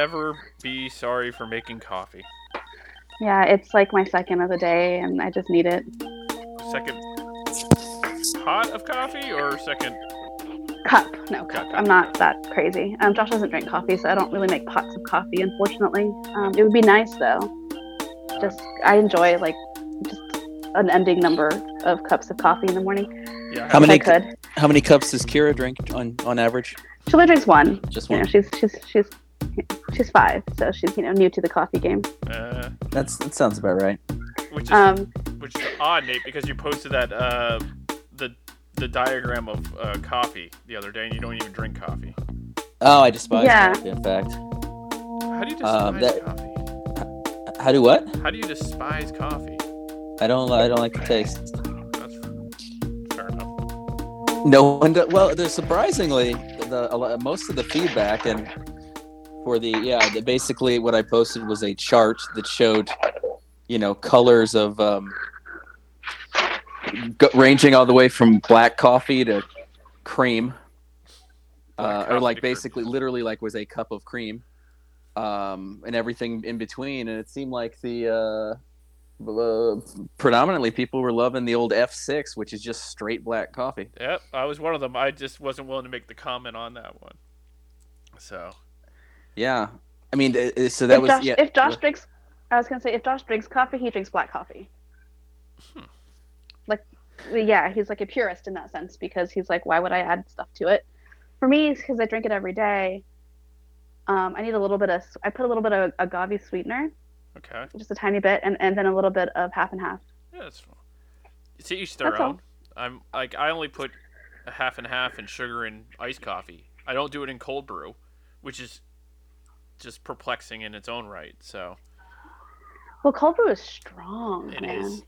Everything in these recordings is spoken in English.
ever be sorry for making coffee. Yeah, it's like my second of the day, and I just need it. Second pot of coffee or second? Cup, no cup. I'm not that crazy. Um, Josh doesn't drink coffee, so I don't really make pots of coffee, unfortunately. Um, it would be nice though. Just I enjoy like just an ending number of cups of coffee in the morning. Yeah. How if many- I could. How many cups does Kira drink on, on average? She only drinks one. Just You know, one. she's she's she's she's five, so she's you know new to the coffee game. Uh, That's that sounds about right. which is Um, which is odd, Nate, because you posted that uh, the the diagram of uh, coffee the other day, and you don't even drink coffee. Oh, I despise Yeah. coffee. In fact, How do you despise Um, that- coffee? how do what? How do you despise coffee? I don't. I don't like the taste. That's fair enough. No one. Do, well, there's surprisingly the a lot, most of the feedback and for the yeah. The, basically, what I posted was a chart that showed you know colors of um, go, ranging all the way from black coffee to cream, uh, Black or like coffee to basically literally like was a cup of cream, um, and everything in between. And it seemed like the uh, bl- uh, predominantly people were loving the old F6, which is just straight black coffee. Yep, I was one of them. I just wasn't willing to make the comment on that one. So Yeah, I mean, th- th- so that if was Josh yeah. if Josh drinks, I was gonna say if Josh drinks coffee, he drinks black coffee. Like, yeah, he's like a purist in that sense because he's like, why would I add stuff to it? For me, because I drink it every day. Um, I need a little bit of. I put a little bit of agave sweetener, okay, just a tiny bit, and, and then a little bit of half and half. yeah, that's fine. It's each their That's all. own. I'm like I only put a half and half in sugar and iced coffee. I don't do it in cold brew, which is just perplexing in its own right. So Well, cold brew is strong, it man. is.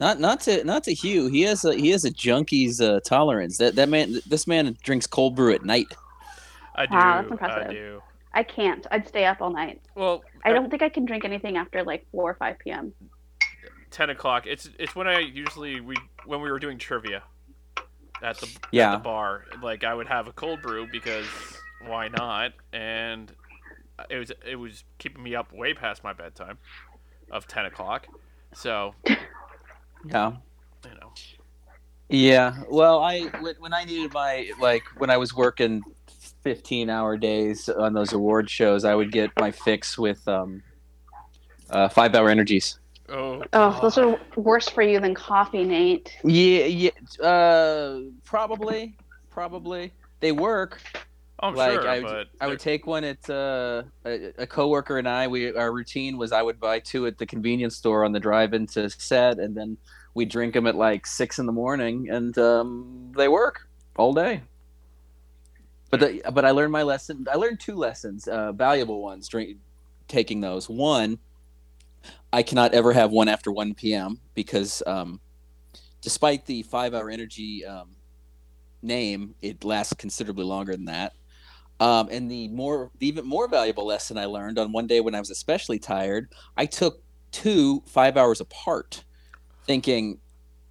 Not not to not to Hugh. He has a he has a junkie's uh, tolerance. That that man this man drinks cold brew at night. I do. Wow, that's I impressive. do. I can't. I'd stay up all night. Well, I don't think I can drink anything after like four or five p.m. ten o'clock. It's it's when I usually we when we were doing trivia at the at Oh. the Yeah, bar. Like I would have a cold brew because why not? And it was it was keeping me up way past my bedtime of ten o'clock. So yeah, you know, yeah. Well, I when- when I needed my like when I was working fifteen hour days on those award shows, I would get my fix with um, uh, five hour energies. oh, Oh, those God. are worse for you than coffee, Nate. Yeah, yeah. Uh, probably, probably they work. I'm like, sure, I would- but I would take one at uh, a, a coworker and I. We our routine was I would buy two at the convenience store on the drive into set, and then we drink them at like six in the morning, and um, they work all day. But the, but I learned my lesson. I learned two lessons, uh, valuable ones. Drink, taking those. One, I cannot ever have one after one p.m. because um, despite the five-hour energy um, name, it lasts considerably longer than that. Um, and the more, the even more valuable lesson I learned on one day when I was especially tired, I took two five hours apart, thinking,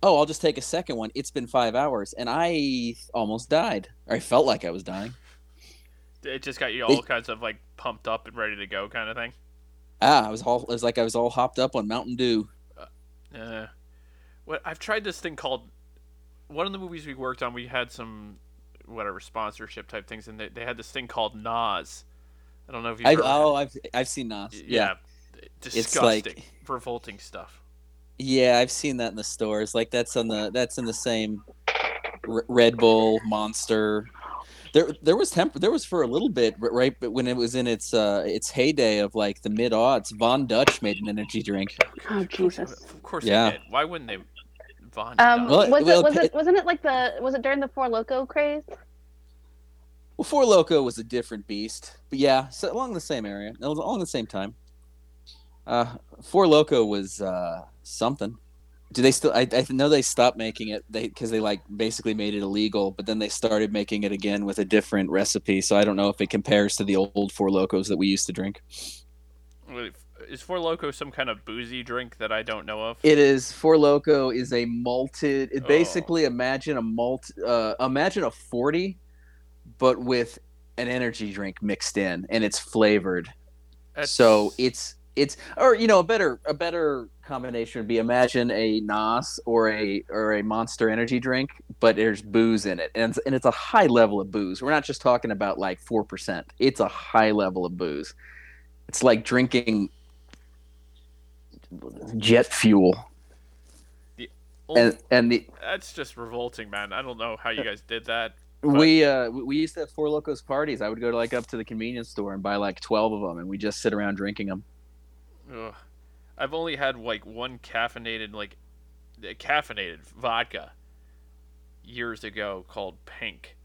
"Oh, I'll just take a second one." It's been five hours, and I almost died, or I felt like I was dying. it just got you all kinds of like pumped up and ready to go kind of thing. Ah, I was all, it was like I was all hopped up on Mountain Dew. Uh, what I've tried this thing called one of the movies we worked on. We had some whatever sponsorship type things, and they, they had this thing called Nas. I don't know if you. I, oh, I've, I've seen that. Yeah, it's disgusting, like, revolting stuff. yeah, I've seen that in the stores. Like that's on the, that's in the same R- Red Bull Monster. There, there was temp. There was for a little bit, r- right? But when it was in its uh, its heyday of like the mid aughts, Von Dutch made an energy drink. Oh, Of course- Jesus. Of course Yeah. they did. Why wouldn't they? Von Um, Well, Dutch. was well, it was it- it wasn't it like the was it during the Four Loco craze? Well, Four Loco was a different beast, but yeah, so along the same area, along the same time. Uh, Four Loco was uh, something. Do they still? I, I know they stopped making it they because they like basically made it illegal, but then they started making it again with a different recipe. So I don't know if it compares to the old Four Locos that we used to drink. Wait, Is Four Loco some kind of boozy drink that I don't know of? It is Four Loco is a malted. It Oh. basically imagine a malt. Uh, imagine a forty, but with an energy drink mixed in, and it's flavored. That's- So it's it's or you know a better a better combination would be imagine a Nas or a or a Monster Energy drink, but there's booze in it, and it's, and it's a high level of booze. We're not just talking about like four percent. It's a high level of booze. It's like drinking jet fuel, Oh, and and the that's just revolting, man. I don't know how Uh, you guys did that. But- we uh we- we used to have four locos parties. I would go to like up to the convenience store and buy like twelve of them, and we just sit around drinking them. Ugh. I've only had like one caffeinated, like uh, caffeinated vodka years ago called Pink.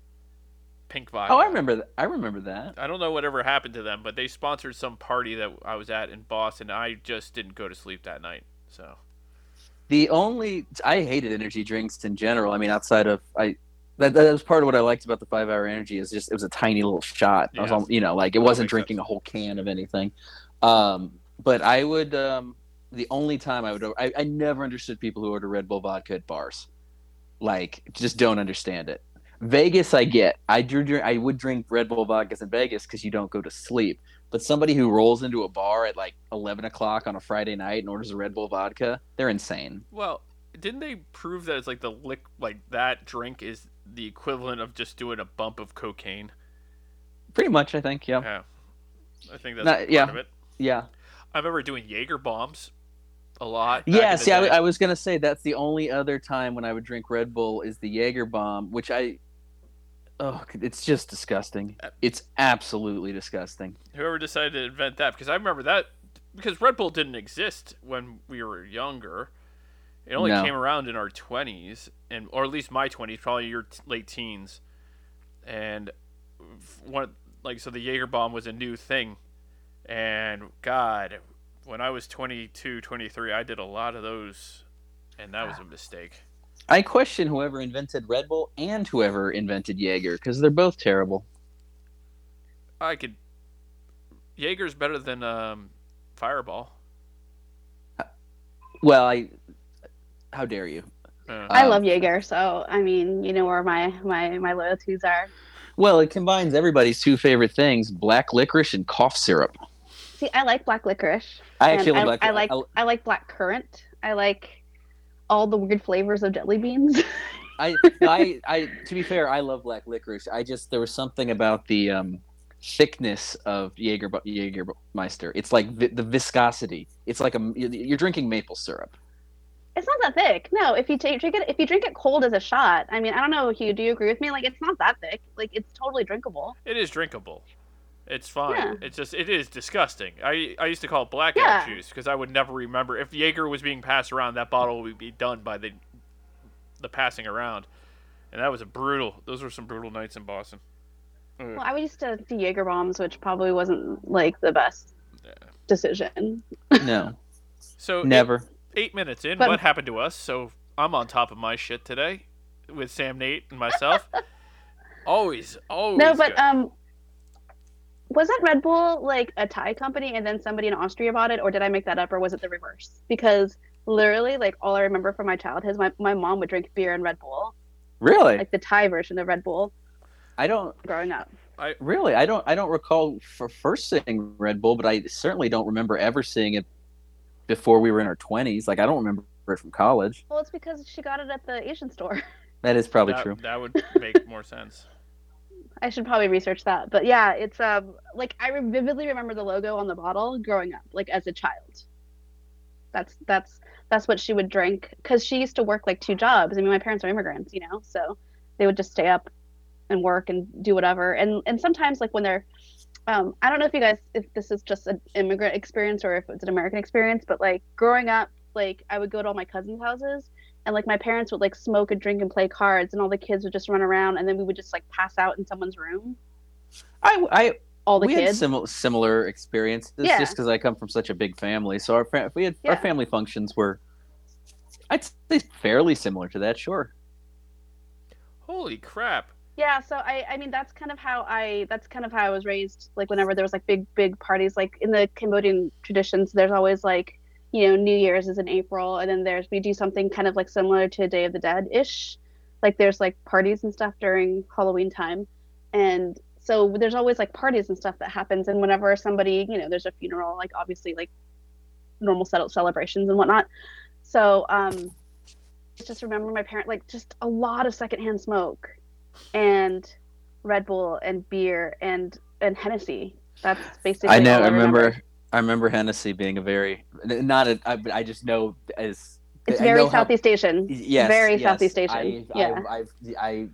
Pink vodka. Oh, I remember that. I remember that. I don't know whatever happened to them, but they sponsored some party that I was at in Boston. I just didn't go to sleep that night. So The only I hated energy drinks in general. I mean, outside of I, that, that was part of what I liked about the five hour energy is just it was a tiny little shot. I was Yeah. al- you know like it That wasn't makes drinking sense. a whole can of anything. Um, but I would um, the only time I would I, I never understood people who order Red Bull vodka at bars, like just don't understand it. Vegas, I get. I drew. dr- I would drink Red Bull vodkas in Vegas because you don't go to sleep. But somebody who rolls into a bar at like eleven o'clock on a Friday night and orders a Red Bull vodka, they're insane. well, didn't they prove that it's like the lick like that drink is the equivalent of just doing a bump of cocaine? Pretty much, I think. Yeah, Yeah. I think that's Not- part yeah. of it. yeah, I remember doing Jaeger bombs a lot. back yeah. in the See, I, day. I was gonna say that's the only other time when I would drink Red Bull is the Jaeger bomb, which I, oh, it's just disgusting. It's absolutely disgusting. whoever decided to invent that because I remember that because Red Bull didn't exist when we were younger. It only No. came around in our 20s and or at least my 20s, probably your t- late teens. And f- one like so the Jaeger bomb was a new thing. And god, when I was 22, 23, I did a lot of those and that was Ah. a mistake. I question whoever invented Red Bull and whoever invented Jaeger because they're both terrible. I could Jaeger's better than um Fireball. Well, I, how dare you? Uh, I Um, love Jaeger, so I mean, you know where my my my loyalties are. Well, it combines everybody's two favorite things: black licorice and cough syrup. See, I like black licorice. I and actually I, love black. I like I like black currant. I like all the weird flavors of jelly beans. I, I, I, to be fair, I love black licorice. I just there was something about the um, thickness of Jaeger Jaegermeister. It's like vi- the viscosity. It's like a you're drinking maple syrup. it's not that thick. No, if you take drink it if you drink it cold as a shot. I mean, I don't know, Hugh. Do you agree with me? Like, it's not that thick. Like, it's totally drinkable. It is drinkable. It's fine. Yeah. It's just it is disgusting. I I used to call it blackout Yeah. juice because I would never remember if Jaeger was being passed around. That bottle would be done by the the passing around, and that was a brutal. Those were some brutal nights in Boston. Well, I used to do Jaeger bombs, which probably wasn't like the best decision. No, So never. eight, eight minutes in, But- what happened to us? So I'm on top of my shit today with Sam, Nate, and myself. always, always. no, but good. um, wasn't Red Bull like a Thai company, and then somebody in Austria bought it, or did I make that up, or was it the reverse? Because literally, like all I remember from my childhood is my my mom would drink beer and Red Bull, Really, like the Thai version of Red Bull, I don't. growing up. Really, I don't. I don't recall for first seeing Red Bull, but I certainly don't remember ever seeing it before we were in our twenties. Like I don't remember it from college. Well, it's because she got it at the Asian store. That is probably that, true. That would make more sense. I should probably research that. But yeah, it's um like I re- vividly remember the logo on the bottle growing up, like as a child. That's that's that's what she would drink because she used to work like two jobs. I mean, my parents are immigrants, you know, so they would just stay up and work and do whatever. And and sometimes like when they're um, I don't know if you guys if this is just an immigrant experience or if it's an American experience, but like growing up, like I would go to all my cousins' houses and like my parents would like smoke and drink and play cards and all the kids would just run around and then we would just like pass out in someone's room. I, I All the we had kids. similar similar experiences Yeah. just because I come from such a big family. So our fa- we had our Yeah. family functions were I'd say fairly similar to that. Sure, Holy crap! yeah, so I I mean that's kind of how I that's kind of how I was raised. Like whenever there was like big big parties like in the Cambodian traditions there's always like you know New Year's is in April and then there's we do something kind of like similar to Day of the Dead ish. Like there's like parties and stuff during Halloween time and so there's always like parties and stuff that happens and whenever somebody you know there's a funeral like obviously like normal settled celebrations and whatnot so um just remember my parent like just a lot of secondhand smoke and red bull and beer and and hennessy that's basically I know. all I remember. I remember Hennessy being a very n- not a. I, I just know as it's I very know how- southeast asian Yes, very yes. Southeast Asian. I, Yeah. I, I've, I,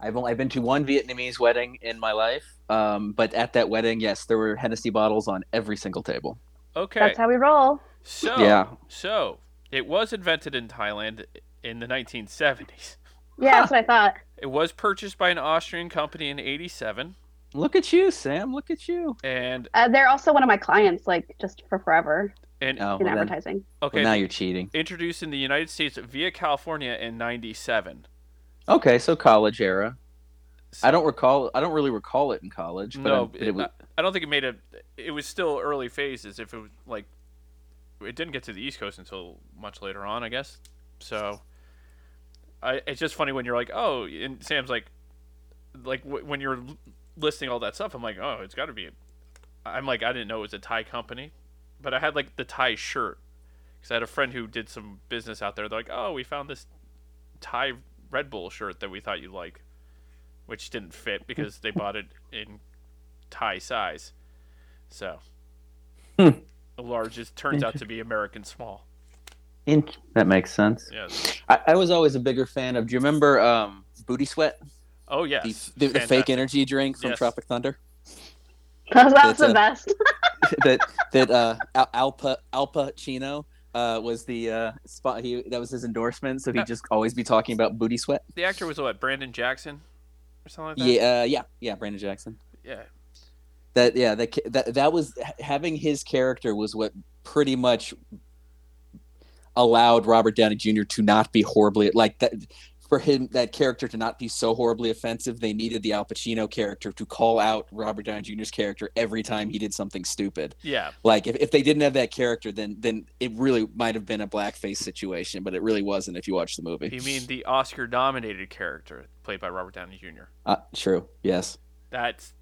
I've only I've been to one Vietnamese wedding in my life, um, but at that wedding, yes, there were Hennessy bottles on every single table. Okay. that's how we roll So Yeah, so it was invented in Thailand in the 1970s. yeah that's what i thought It was purchased by an Austrian company in 87 look at you, Sam. Look at you. Oh, and uh, they're also one of my clients like just for forever and Oh, in well, then- advertising okay, well, now you're cheating. introduced in the United States via California in 97. Okay, so college era. I don't recall. I don't really recall it in college. But No, I- it, uh, it was, I don't think it made a. It was still early phases. If it was like, it didn't get to the East Coast until much later on, I guess. So, I it's just funny when you're like, oh, and Sam's like, like w- when you're l- listing all that stuff, I'm like, oh, it's got to be. I'm like, I didn't know it was a Thai company, but I had like the Thai shirt because I had a friend who did some business out there. They're like, oh, we found this Thai Red Bull shirt that we thought you'd like, which didn't fit because they bought it in tie size. So, Hmm. a large is turns out to be American small. in, that makes sense. Yes. I, I was always a bigger fan of. Do you remember um, Booty Sweat, Oh the- yes. the, the fake Fantastic. energy drink from Yes. Tropic Thunder? that's, that's That's the a- best that that uh, Al- Alpa Alpa Chino uh, was the uh, spot. He that was his endorsement, so he'd just always be talking about booty sweat. uh, The actor was what Brandon Jackson, or something like that. Yeah, uh, yeah, yeah. Brandon Jackson. Yeah. That yeah, that ca- that that was ha- having his character was what pretty much allowed Robert Downey Jr. to not be horribly like that. For him, that character to not be so horribly offensive, they needed the Al Pacino character to call out Robert Downey Jr.'s character every time he did something stupid. Yeah. like if, if they didn't have that character then then it really might have been a blackface situation but it really wasn't if you watch the movie You mean the Oscar-dominated character played by Robert Downey Jr. uh, true yes That's.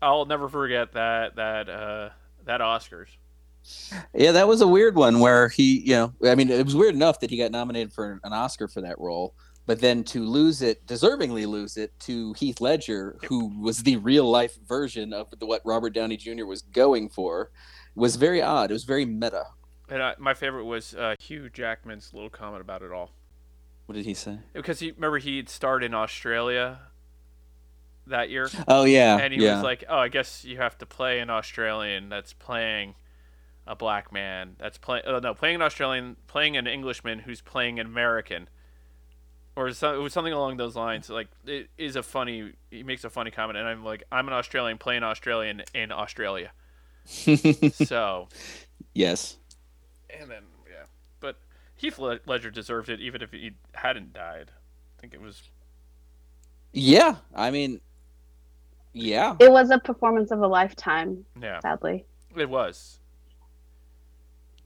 I'll never forget that that uh that Oscars. yeah that was a weird one where he you know i mean it was weird enough that he got nominated for an oscar for that role but then to lose it deservingly lose it to heath ledger who was the real life version of the, what robert downey jr was going for was very odd it was very meta And I, my favorite was uh, Hugh Jackman's little comment about it all. what did he say because he remember he had starred in Australia that year, oh yeah and he yeah was like, "Oh, I guess you have to play an Australian that's playing a black man that's playing oh, no playing an Australian playing an Englishman who's playing an American." Or so, it was something along those lines. Like it is a funny, he makes a funny comment, and I'm like, I'm an Australian playing Australian in Australia. so, yes and then yeah, but Heath Led- Ledger deserved it, even if he hadn't died. I think it was yeah i mean yeah it was a performance of a lifetime yeah. sadly It was.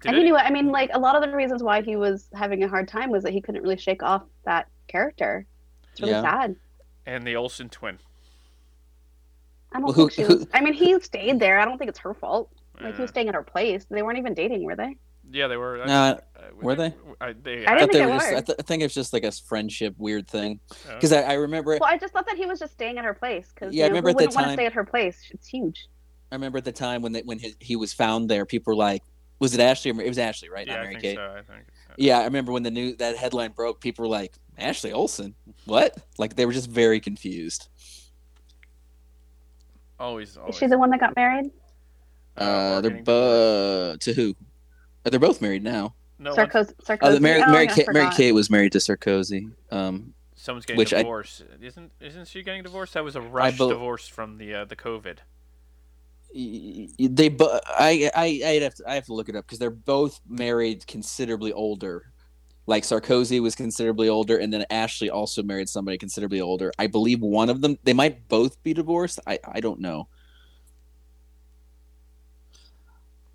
Did and it- he knew it. I mean, like a lot of the reasons why he was having a hard time was that he couldn't really shake off that character. It's really Yeah. sad. and the Olsen twin. I don't Well, think who- she who- Mm. was. I mean, he stayed there. I don't think it's her fault. Like he Uh, was staying at her place. They weren't even dating, were they? yeah, they were. I- Nah, I- were they? I, they I, I didn't thought they think were they just. were. I, th- I think it's just like a friendship weird thing uh, because I, I remember. Well, I just thought that he was just staying at her place because Yeah, I you know, remember who at the wouldn't want to time- stay at her place. It's huge. I remember at the time when they, when his, he was found there, people were like, "Was it Ashley?" Or, Ma- it was Ashley, right? yeah, Not I Mary think Kate. so. I think. uh, Yeah, I remember when the new that headline broke, people were like, "Ashley Olsen? What?" Like they were just very confused. Always, Oh, always. Is she the one that got married? Uh, Uh, they're marketing for- both to who? Uh, They're both married now. No, one- Sarkozy. Sarkozy. Oh, the Mary Oh, Mary, yeah, I Kate, Mary forgot. Kate was married to Sarkozy. Um, someone's getting which I- divorced. Isn't isn't she getting divorced? That was a rush bel- divorce from the uh, the COVID. y- y- they but I I I'd have to, I have to look it up because they're both married considerably older. Like Sarkozy was considerably older, and then Ashley also married somebody considerably older. I believe one of them. They might both be divorced. I I don't know.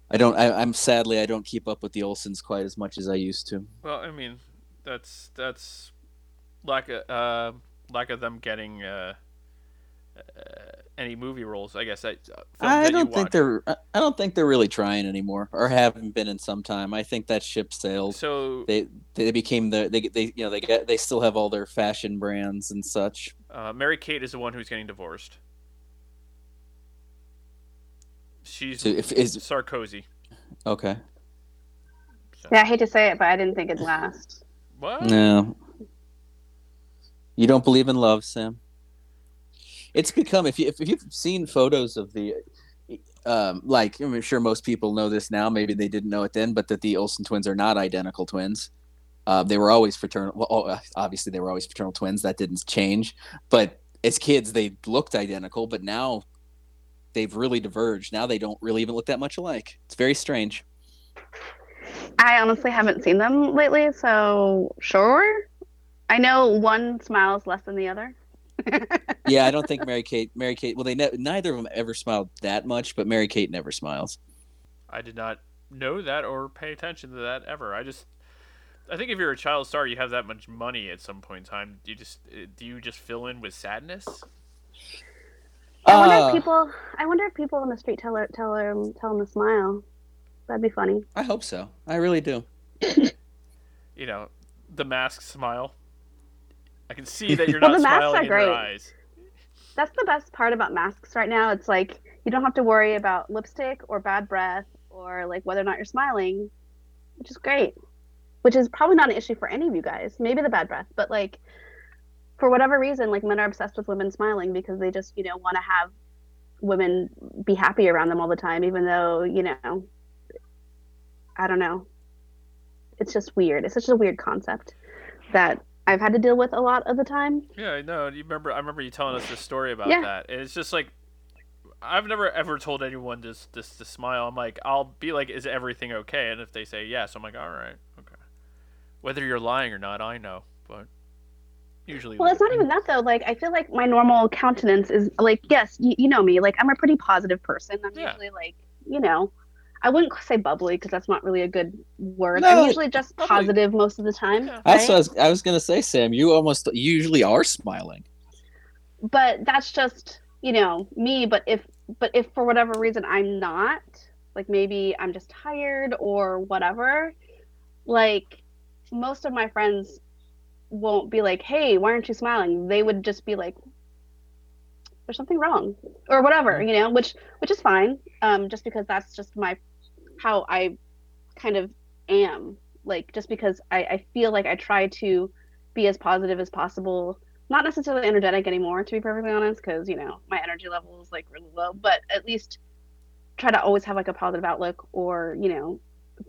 I don't. I, I'm sadly I don't keep up with the Olsons quite as much as I used to. Well, I mean, that's that's lack of uh, lack of them getting uh, uh, any movie roles. I guess that. uh, films I that you don't think watch. they're. I I don't think they're really trying anymore, or haven't been in some time. I think that ship sailed. So They they became the they they you know they get they still have all their fashion brands and such. uh, Mary Kate is the one who's getting divorced. She's So if is Sarkozy. okay. So- Yeah, I hate to say it, but I didn't think it'd last. What? No. You don't believe in love, Sam. It's become if you if you've seen photos of the um like I'm sure most people know this now, maybe they didn't know it then, but that the Olsen twins are not identical twins. Uh, they were always fraternal. Well, oh, uh, obviously they were always fraternal twins. That didn't change. But as kids, they looked identical. But now, they've really diverged. Now they don't really even look that much alike. It's very strange. I honestly haven't seen them lately, so sure. I know one smiles less than the other. yeah, I don't think Mary Kate. Mary Kate. Well, they ne- neither of them ever smiled that much, but Mary Kate never smiles. I did not know that or pay attention to that ever. I just, I think if you're a child star, you have that much money at some point in time. You just, uh, do you just fill in with sadness? I wonder Ah, if people. I wonder if people on the street tell her, tell her, tell them to smile. That'd be funny. I hope so. I really do. You know, the mask smile. I can see that you're not Well, the masks smiling are in great. your eyes. That's the best part about masks right now. It's like you don't have to worry about lipstick or bad breath or like whether or not you're smiling, which is great. Which is probably not an issue for any of you guys. Maybe the bad breath, but like for whatever reason, like men are obsessed with women smiling because they just you know want to have women be happy around them all the time, even though you know I don't know. It's just weird. It's such a weird concept that I've had to deal with a lot of the time. Yeah, I know. You remember? I remember you telling us this story about Yeah. that, and it's just like I've never ever told anyone just this to smile. I'm like, I'll be like, "Is everything okay?" And if they say yes, I'm like, "All right, okay." Whether you're lying or not, I know, but usually. Well, it's not even that though. Like, I feel like my normal countenance is like, yes, you, you know me. Like, I'm a pretty positive person. I'm Yeah. usually like, you know, I wouldn't say bubbly because that's not really a good word. No, I'm usually just bubbly. positive most of the time. Yeah. That's right? what I was, I was gonna say, Sam. You almost you usually are smiling. but that's just you know me but if but if for whatever reason i'm not like maybe i'm just tired or whatever like most of my friends won't be like hey why aren't you smiling they would just be like there's something wrong or whatever you know which which is fine um just because that's just my how i kind of am like just because i i feel like i try to be as positive as possible not necessarily energetic anymore to be perfectly honest because you know my energy level is like really low but at least try to always have like a positive outlook or you know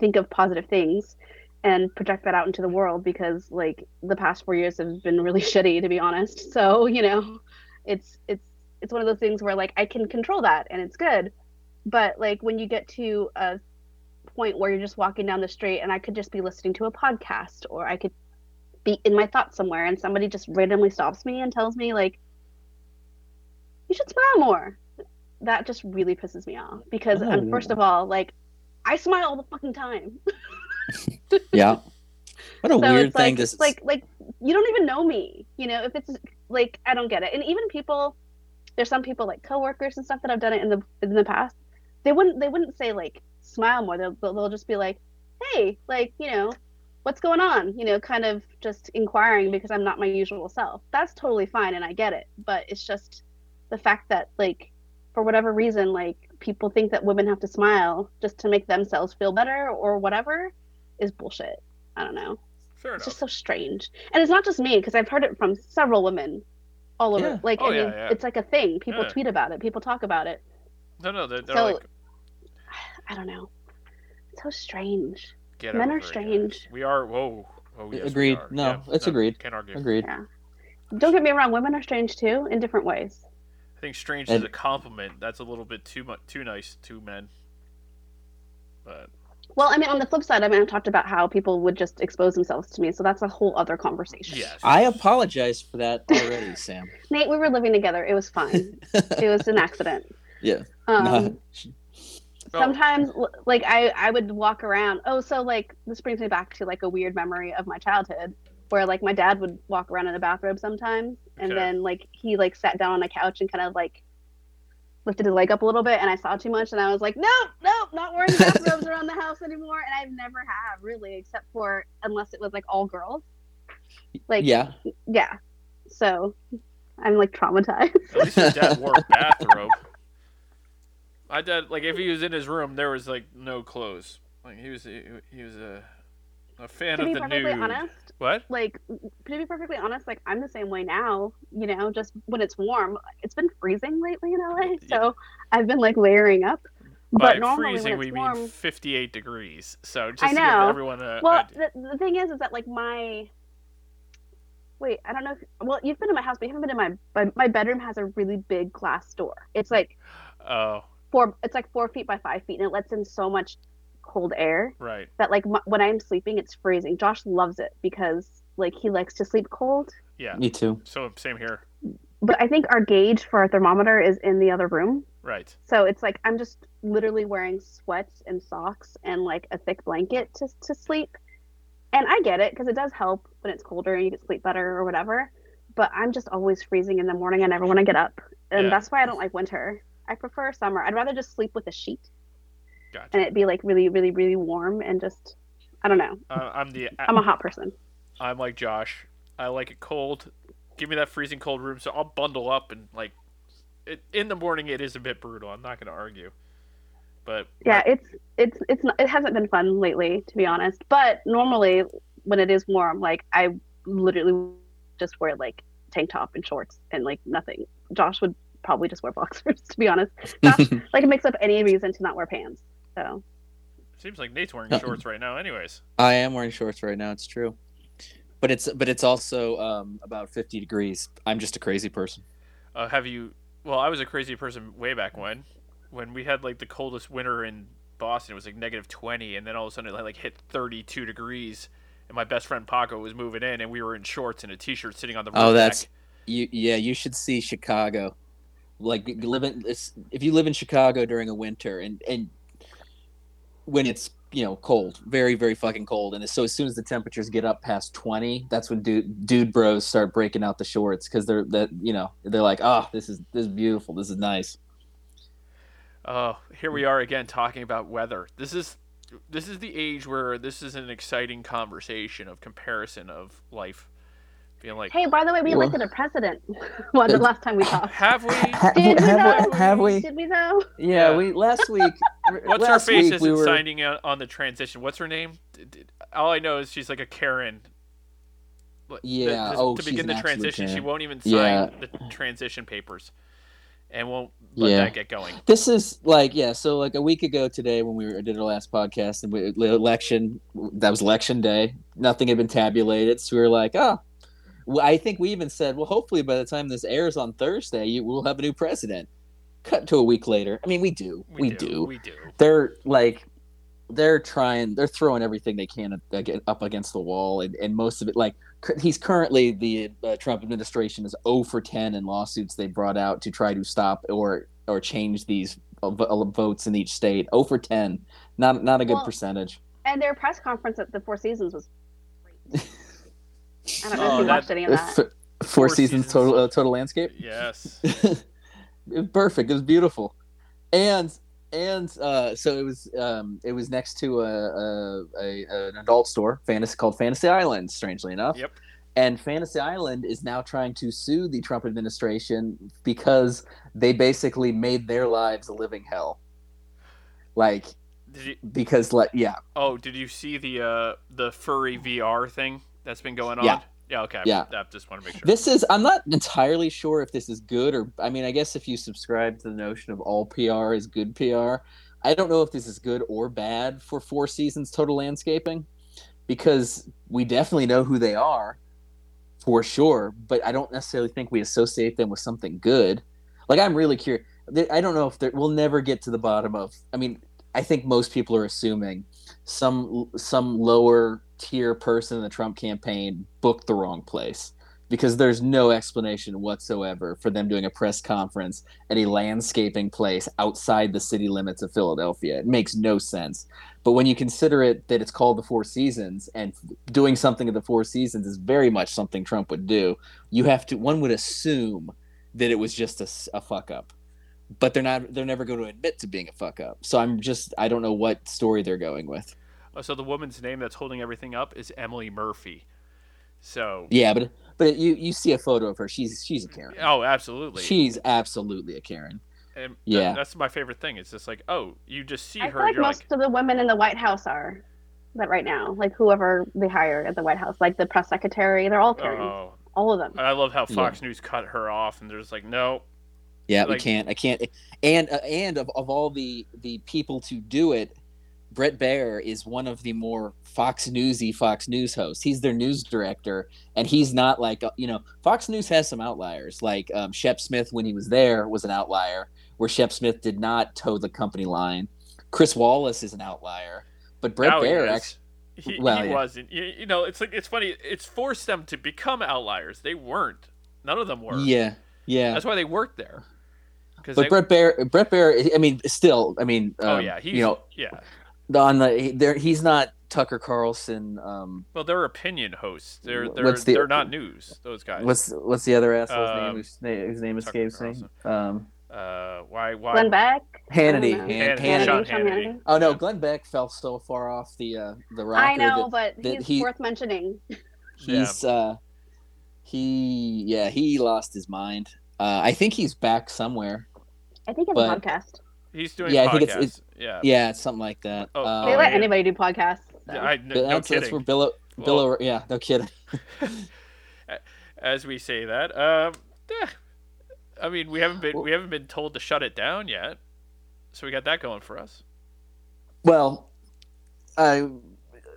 think of positive things and project that out into the world because like the past four years have been really shitty to be honest so you know it's it's it's one of those things where like i can control that and it's good but like when you get to a point where you're just walking down the street and i could just be listening to a podcast or i could be in my thoughts somewhere and somebody just randomly stops me and tells me like you should smile more that just really pisses me off because Oh, um, yeah. first of all like i smile all the fucking time Yeah. What a so weird it's thing. like, this like like you don't even know me you know if it's like i don't get it and even people there's some people like coworkers and stuff that i've done it in the in the past they wouldn't they wouldn't say like smile more they'll, they'll they'll just be like hey like you know what's going on you know kind of just inquiring because i'm not my usual self that's totally fine and i get it but it's just the fact that like for whatever reason like people think that women have to smile just to make themselves feel better or whatever is bullshit i don't know Fair it's enough. just so strange. And it's not just me because I've heard it from several women all over. Yeah. Like, Oh, I mean, yeah, yeah. it's like a thing. People Yeah. tweet about it. People talk about it. No, no, they're, they're so, like I don't know. It's so strange. get men over are it, strange. guys. We are. Whoa. Oh, yes, we Agreed. are. No, Yeah, it's agreed. Can't argue. agreed. Don't get me wrong. Women are strange too in different ways. I think strange is And- a compliment. That's a little bit too much, too nice to men. But Well, I mean, on the flip side, I mean, I talked about how people would just expose themselves to me. So that's a whole other conversation. yes. I apologize for that already, Sam. Nate, we were living together. It was fine. it was an accident. Yeah. Um, Oh. sometimes l- like I, I would walk around oh so like this brings me back to like a weird memory of my childhood where like my dad would walk around in a bathrobe sometimes and Okay. then like he like sat down on a couch and kind of like lifted his leg up a little bit and I saw too much and I was like, nope, nope, not wearing bathrobes around the house anymore. And I've never have really, except for unless it was like all girls. Like, yeah. yeah. yeah. So I'm like traumatized. At least your dad wore a bathrobe. My dad, like, if he was in his room, there was like no clothes. Like he was, he, he was a, a fan to of be the perfectly nude. honest, What? like to be perfectly honest, like I'm the same way now. You know, just when it's warm, it's been freezing lately in LA, so I've been like layering up. By But normally freezing, when we it's warm, mean uh, 58 degrees. So just I to give know. everyone a, well, idea. the, the thing is, is that like my wait, I don't know. if Well, you've been in my house, but you haven't been in my my, my bedroom has a really big glass door. It's like oh, four. It's like four feet by five feet, and it lets in so much cold air right. that like m when I'm sleeping, it's freezing. Josh loves it because like he likes to sleep cold. Yeah. Me too. So same here. But I think our gauge for our thermometer is in the other room. Right. So it's like I'm just literally wearing sweats and socks and like a thick blanket to, to sleep. And I get it because it does help when it's colder and you can sleep better or whatever. But I'm just always freezing in the morning. I never want to get up. And Yeah. that's why I don't like winter. I prefer summer. I'd rather just sleep with a sheet Gotcha. and it be like really, really, really warm and just, I don't know. Uh, I'm the. I'm a hot person. I'm like Josh. I like it cold. Give me that freezing cold room, so I'll bundle up and like. It, in the morning, it is a bit brutal. I'm not going to argue, but Yeah, it's, it's, it's, not, it hasn't been fun lately, to be honest. But normally when it is warm, like I literally just wear like tank top and shorts and like nothing. Josh would probably just wear boxers to be honest. Josh like makes up any reason to not wear pants. So seems like Nate's wearing Uh-uh. shorts right now. Anyways, I am wearing shorts right now. It's true, but it's but it's also um, about fifty degrees. I'm just a crazy person. uh, have you? Well, I was a crazy person way back when, when we had like the coldest winter in Boston. It was like negative twenty, and then all of a sudden it like hit thirty-two degrees. And my best friend Paco was moving in, and we were in shorts and a t-shirt sitting on the. Oh, roof that's rack. you. Yeah, you should see Chicago. Like you live in it's, if you live in Chicago during a winter and and when it's you know cold, very very fucking cold, and so as soon as the temperatures get up past twenty, that's when dude dude bros start breaking out the shorts because they're that you know they're like, oh, this is this is beautiful, this is nice. Oh, here we are again talking about weather. This is this is the age where this is an exciting conversation of comparison of life. Being like, hey, by the way, we Well- elected a president. well, the last time we talked. have we? Did we have, though? we, have we? Did we though? Yeah, Yeah. we last week. What's her last face week isn't we were- signing on, on the transition? What's her name? D- d- All I know is she's like a Karen. Like, the- Yeah, To, oh, to she's begin an the absolute transition, she Karen. won't even sign Yeah. the transition papers, and won't let Yeah. that get going. This is like yeah, so like a week ago today when we were, did our last podcast and we, the election that was election day, nothing had been tabulated, so we were like, oh, well, I think we even said, well, hopefully by the time this airs on Thursday, you will have a new president. Cut to a week later. I mean, we do, we, do. We do. They're like, they're trying, they're throwing everything they can ag- up against the wall, and, and most of it like. cur- He's currently the uh, Trump administration is 0 for 10 in lawsuits they brought out to try to stop or or change these uh, vo- uh, votes in each state. 0 for 10, not not a good Well, percentage. And their press conference at the Four Seasons was great. I don't know Oh, if you that- watched any of that. F- four, Four seasons, seasons. total uh, total landscape. Yes. It was perfect. It was beautiful, and and uh, so it was um, it was next to a, a, a an adult store, fantasy called Fantasy Island. Strangely enough, Yep. and Fantasy Island is now trying to sue the Trump administration because they basically made their lives a living hell. Like Did you, because like yeah oh, did you see the uh, the furry VR thing that's been going on? Yeah. Yeah. Okay. Yeah. I just want to make sure. This is I'm not entirely sure if this is good or I mean I guess if you subscribe to the notion of all PR is good PR, I don't know if this is good or bad for Four Seasons Total Landscaping because we definitely know who they are for sure, but I don't necessarily think we associate them with something good. Like I'm really curious. I don't know if they're- we'll never get to the bottom of. I mean, I think most people are assuming some some lower tier person in the Trump campaign booked the wrong place because there's no explanation whatsoever for them doing a press conference at a landscaping place outside the city limits of Philadelphia. It makes no sense. But when you consider it that it's called the Four Seasons and doing something at the Four Seasons is very much something Trump would do, you have to one would assume that it was just a, s- a fuck up. but they're not they're never going to admit to being a fuck up. So I'm just I don't know what story they're going with. Uh, So the woman's name that's holding everything up is Emily Murphy. So Yeah, but but you you see a photo of her. She's she's a Karen. oh, absolutely. She's absolutely a Karen. And th- Yeah. that's my favorite thing. It's just like, oh, you just see I her. feel like you're most like, of the women in the White House are that right now. Like whoever they hire at the White House, like the press secretary, they're all Karens, oh, all of them. I love how Yeah. Fox News cut her off, and they're just like, no, Yeah, we Like- can't. I can't. And uh, and of, of all the the people to do it, Brett Baer is one of the more Fox Newsy Fox News hosts. He's their news director, and he's not like uh, you know Fox News has some outliers. Like um, Shep Smith when he was there was an outlier, where Shep Smith did not toe the company line. Chris Wallace is an outlier, but Brett now he Baer is. actually. He, well, he yeah. wasn't. You, you know, it's like it's funny. It's forced them to become outliers. They weren't. None of them were. Yeah, yeah. That's why they worked there. Because But Brett Baer, Brett Baer. I mean, still, I mean, um, oh yeah, he's you know, yeah. on the he- there, he's not Tucker Carlson. Um, Well, they're opinion hosts. They're Wh- they're what's the- they're not news. Those guys. What's what's the other asshole's Um, name whose, na- whose name Tucker escapes me? Um, uh, why why Glenn Beck, Hannity. know. Han- Hannity. Hannity. Sean Hannity, Sean Hannity. Hannity. Oh no, Glenn Beck fell so far off the uh, the rocker. I know, that but he's he- worth mentioning. Yeah. he's uh, he yeah he lost his mind. Uh, I think he's back somewhere. I think it's a But- podcast. he's doing Yeah, I podcasts. think it's- it's- yeah. Yeah, it's something like that. Oh, Um, They let yeah. anybody do podcasts. so. Yeah, I, no, no that's, that's kidding. where Bill, O- Bill Well- O- yeah, no kidding. as we say that. Um, eh, I mean, we haven't been Well- we haven't been told to shut it down yet, so we got that going for us. Well, I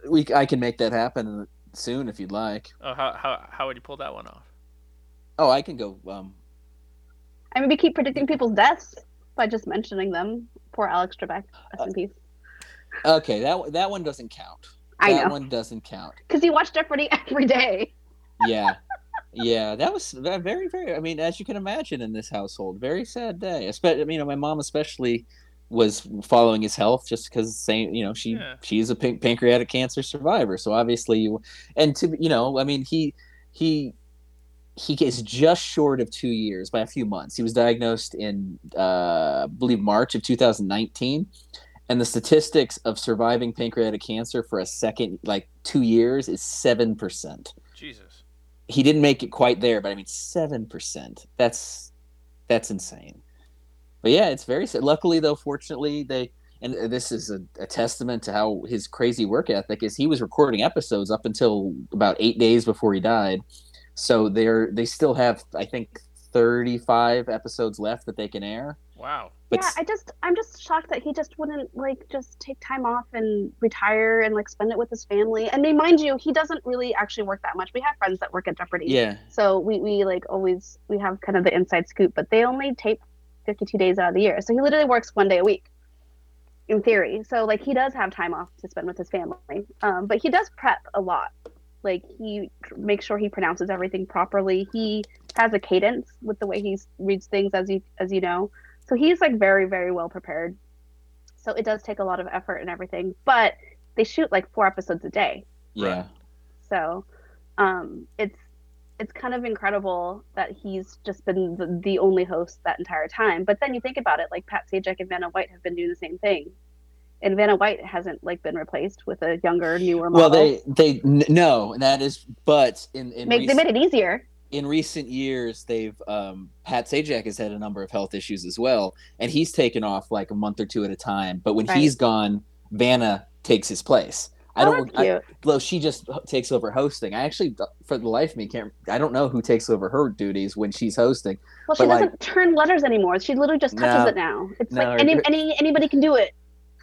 we I can make that happen soon if you'd like. Oh, how how how would you pull that one off? Oh, I can go. Um, I mean, we keep predicting people's deaths by just mentioning them. Poor Alex Trebek, Uh, rest in peace. okay, that that one doesn't count. I that know, one doesn't count. because he watched Jeopardy every day. yeah yeah that was that very very i mean as you can imagine in this household very sad day especially you know my mom especially was following his health just because same you know she Yeah. she's a pan- pancreatic cancer survivor so obviously you and to you know i mean he he he is just short of two years by a few months he was diagnosed in uh I believe march of 2019 and the statistics of surviving pancreatic cancer for a second like two years is seven percent Jesus. he didn't make it quite there, but I mean seven percent. That's that's insane. But yeah, it's very sad. Luckily though, fortunately, they and this is a, a testament to how his crazy work ethic is he was recording episodes up until about eight days before he died. So they're they still have I think thirty five episodes left that they can air. Wow. But yeah, I just I'm just shocked that he just wouldn't like just take time off and retire and like spend it with his family. And I mean, mind you, he doesn't really actually work that much. We have friends that work at Jeopardy. yeah. So we, we like always we have kind of the inside scoop, but they only tape 52 days out of the year. So he literally works one day a week in theory. So like he does have time off to spend with his family. Um, but he does prep a lot. Like he tr- makes sure he pronounces everything properly. He has a cadence with the way he s- reads things as you as you know. So he's like very very well prepared. So it does take a lot of effort and everything, but they shoot like four episodes a day. Yeah. So um, it's it's kind of incredible that he's just been the, the only host that entire time. But then you think about it, like Pat Sajak and Vanna White have been doing the same thing, and Vanna White hasn't like been replaced with a younger, newer model. Well, they they n- no, and that is, but in in make they recent- made it easier. in recent years they've um, pat sajak has had a number of health issues as well and he's taken off like a month or two at a time but when Right. he's gone vanna takes his place i oh, don't that's I, cute. though she just h- takes over hosting i actually uh, for the life of me can't i don't know who takes over her duties when she's hosting well, she but, like- doesn't turn letters anymore. She literally just touches No. it now. It's No, like any, or- any anybody can do it.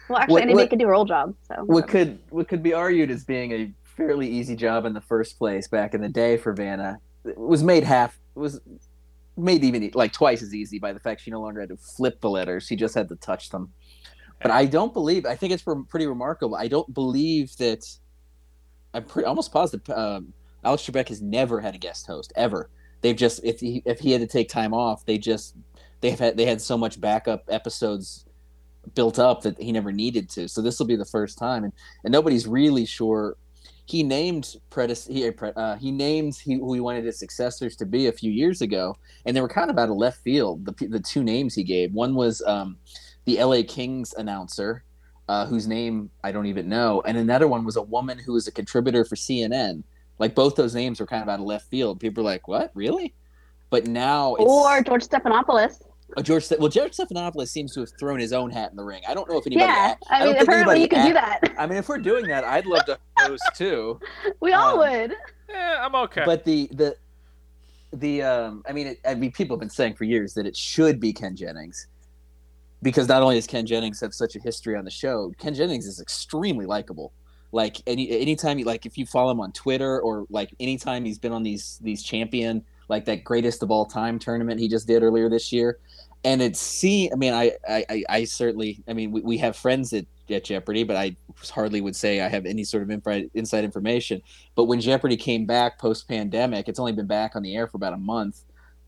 Well, actually, What- anybody what- can do her old job. So what could what could be argued as being a fairly easy job in the first place back in the day for vanna was made half was made even e, like twice as easy by the fact she no longer had to flip the letters she just had to touch them but I don't believe. I think it's rem- pretty remarkable. I don't believe that. I'm pretty almost positive. Um, Alex Trebek has never had a guest host ever. They've just if he if he had to take time off, they just they've had they had so much backup episodes built up that he never needed to. So this will be the first time, and and nobody's really sure. he named predece- he, uh, he named he, who he wanted his successors to be a few years ago, and they were kind of out of left field. The the two names he gave one was um, the L.A. Kings announcer, uh, whose name I don't even know, and another one was a woman who was a contributor for CNN. Like both those names were kind of out of left field. People were like, "What, really?" But now it's or George Stephanopoulos. Oh, George, well, George Stephanopoulos seems to have thrown his own hat in the ring. I don't know if anybody. yeah, I I mean, don't think apparently you anybody can do that. I mean, if we're doing that, I'd love to host too. We all Um, would. Eh, I'm okay. But the the the um, I mean, it, I mean, people have been saying for years that it should be Ken Jennings because not only does Ken Jennings have such a history on the show, Ken Jennings is extremely likable. Like any anytime you like, if you follow him on Twitter or like anytime he's been on these these champion like that greatest of all time tournament he just did earlier this year, and it's see, I mean, I I, I, I certainly, I mean, we, we have friends at, at Jeopardy, but I hardly would say I have any sort of infra- inside information. But when Jeopardy came back post pandemic, it's only been back on the air for about a month.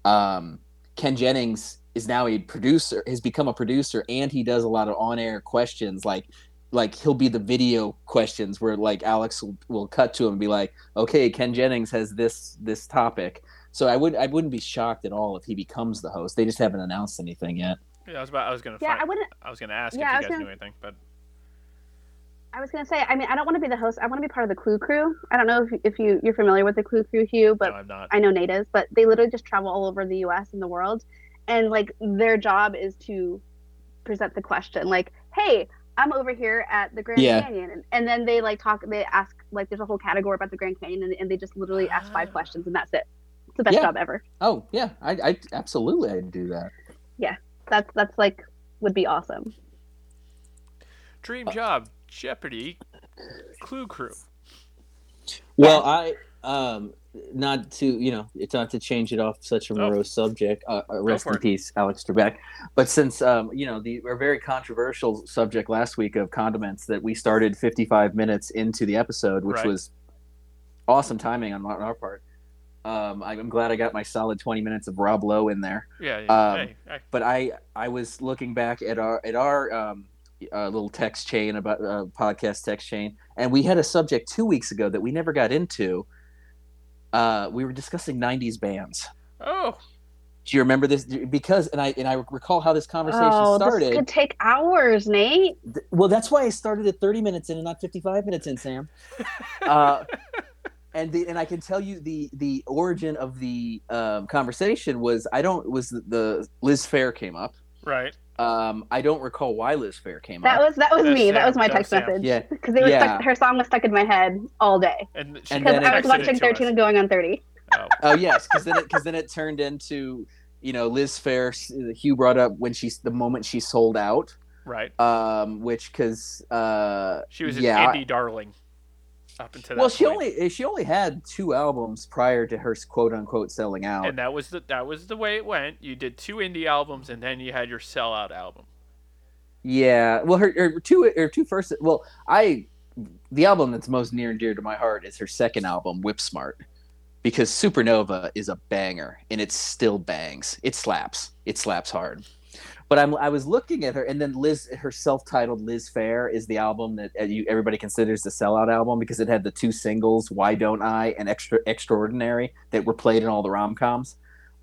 Um, Ken Jennings is now a producer, has become a producer, and he does a lot of on air questions like like he'll be the video questions where like Alex will, will cut to him and be like, okay, Ken Jennings has this this topic. So I would I wouldn't be shocked at all if he becomes the host. They just haven't announced anything yet. yeah, I was about. I was gonna. Yeah, find, I wouldn't. I was gonna ask Yeah, I if was you guys gonna- knew anything, but I was gonna say. I mean, I don't want to be the host. I want to be part of the Clue Crew. I don't know if if you you're familiar with the Clue Crew, Hugh, but no, I'm not. I know Nate is, but they literally just travel all over the U.S. and the world, and like their job is to present the question, like, "Hey, I'm over here at the Grand Yeah. Canyon," and, and then they like talk, they ask, like, there's a whole category about the Grand Canyon, and, and they just literally ask five Ah. questions, and that's it. It's the best Yeah. job ever. Oh yeah, I, I absolutely I'd do that. That's that's like would be awesome. Dream job, Jeopardy, Clue Crew. Well, I um not to you know it's not to change it off such a No. morose subject. Uh, uh, rest for in it. peace, Alex Trebek. But since um you know the our very controversial subject last week of condiments that we started 55 minutes into the episode, which Right. was awesome timing on our on our part. Um, I'm glad I got my solid 20 minutes of Rob Lowe in there Yeah. yeah Um, hey, hey. but I I was looking back at our at our um, uh, little text chain about uh, podcast text chain, and we had a subject two weeks ago that we never got into. Uh, we were discussing '90s bands. Oh, Do you remember this? Because and I and I recall how this conversation Oh, started. this could take hours, Nate. Th- Well, that's why I started at 30 minutes in and not 55 minutes in, Sam. Uh, and the, and I can tell you the the origin of the um, conversation was I don't was the, the Liz Fair came up. right. Um, I don't recall why Liz Fair came That up. was that was That's me. Sam. That was my That was text Sam. message yeah, because they were Yeah. stuck, her song was stuck in my head all day And, she And because then it I texted was it watching to Thirteen us. and Going on Thirty. Oh, oh yes, because then because then it turned into you know Liz Fair. uh, Hugh brought up when she's the moment she sold out, right. um, which because uh, She was an Yeah, I- indie darling up until that. well she point. only eh, she only had two albums prior to her quote unquote selling out. And that was the that was the way it went. You did two indie albums, and then you had your sellout album. yeah, well her, her two her two first well I the album that's most near and dear to my heart is her second album Whip Smart because Supernova is a banger and it still bangs. It slaps. It slaps hard. But I'm, I was looking at her, and then Liz, her self-titled Liz Fair is the album that uh, you, everybody considers the sellout album because it had the two singles "Why Don't I" and "Extra Extraordinary" that were played in all the rom-coms.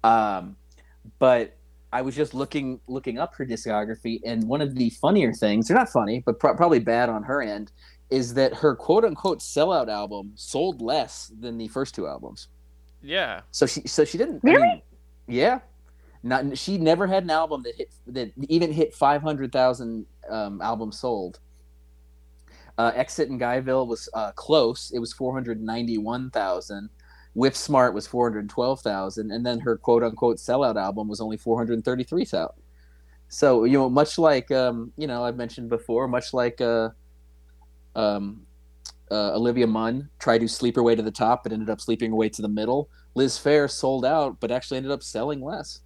Um, but I was just looking looking up her discography, and one of the funnier things—they're not funny, but pro- probably bad on her end—is that her quote-unquote sellout album sold less than the first two albums. Yeah, So she so she didn't I Really? mean, yeah. Not she never had an album that hit that even hit 500,000 um, albums sold. Uh, Exit in Guyville was uh, close. It was 491,000. Whip Smart was 412,000 and then her quote unquote sellout album was only 433,000. So, you know, much like um, you know, I've mentioned before, much like uh um uh, Olivia Munn tried to sleep her way to the top, but ended up sleeping her way to the middle. Liz Fair sold out, but actually ended up selling less.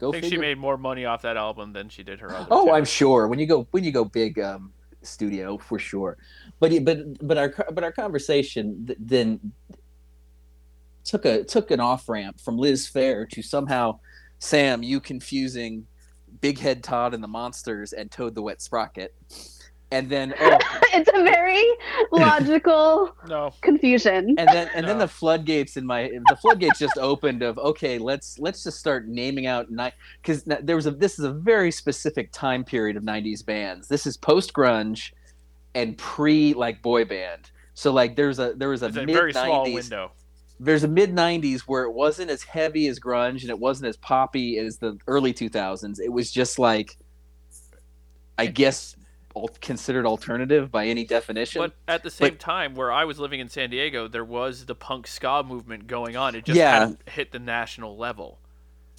Go I think she figure. made more money off that album than she did her other. oh, two. I'm sure when you go when you go big um, studio for sure. But but but our but our conversation th- then took a took an off ramp from Liz Fair to somehow Sam you confusing Big Head Todd and the Monsters and Toad the Wet Sprocket. and then oh, it's a very logical No. confusion. and then and then No. the floodgates in my the floodgates just opened of okay let's let's just start naming out night because there was a this is a very specific time period of 90s bands this is post grunge and pre like boy band so like there's a there was a It's a mid very small 90s window. there's a mid 90s where it wasn't as heavy as grunge and it wasn't as poppy as the early 2000s it was just like i guess al- considered alternative by any definition But at the same time, where I was living in San Diego, there was the punk ska movement going on. It just Yeah. hadn't hit the national level.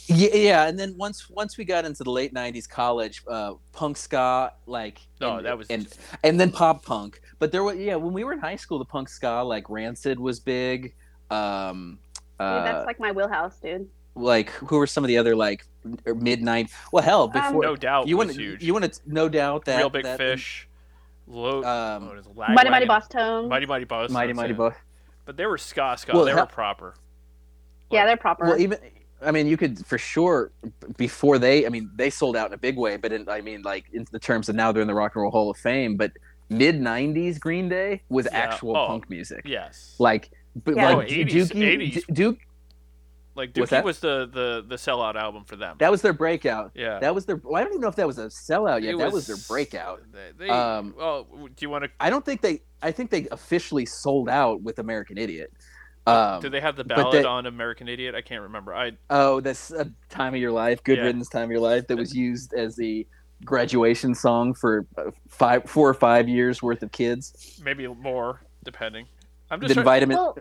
Yeah, yeah, and then once once we got into the late '90s, college uh, punk ska, like No, and, Oh, that was and and then pop punk. But there was yeah, when we were in high school, the punk ska like Rancid was big. Um, Dude, uh, that's like my wheelhouse, dude. like who were some of the other like midnight? Well, hell, before no doubt you was want huge. you want to no doubt that Real Big that- Fish, Low, Um, what is Oh, it, Mighty Mighty Lagwagon, Boss Tone. Mighty Mighty Boss, Mighty that's Mighty it. Boss. But they were ska ska. Well, they hell- were proper. yeah, they're proper. Well, even I mean, you could for sure before they. I mean, they sold out in a big way, but in, I mean, like in the terms of now they're in the Rock and Roll Hall of Fame. But mid '90s Green Day was Yeah. actual Oh. punk music, Yes. Like, like but Yeah. like Oh, 80s, Dookie, 80s. Du- Duke. Dookie what's that? was the, the, the sellout album for them. That was their breakout. yeah. That was their. Well, I don't even know if that was a sellout yet. It that was their breakout. They, they- Um, well, do you want to? I don't think they. I think they officially sold out with American Idiot. Um, uh, do they have the but ballad they- on American Idiot? I can't remember. I Oh, that's a time of your life, good Yeah. riddance time of your life that was used as the graduation song for uh, five, four or five years worth of kids. maybe more depending. I'm just Then trying, Oh, vitamin Well,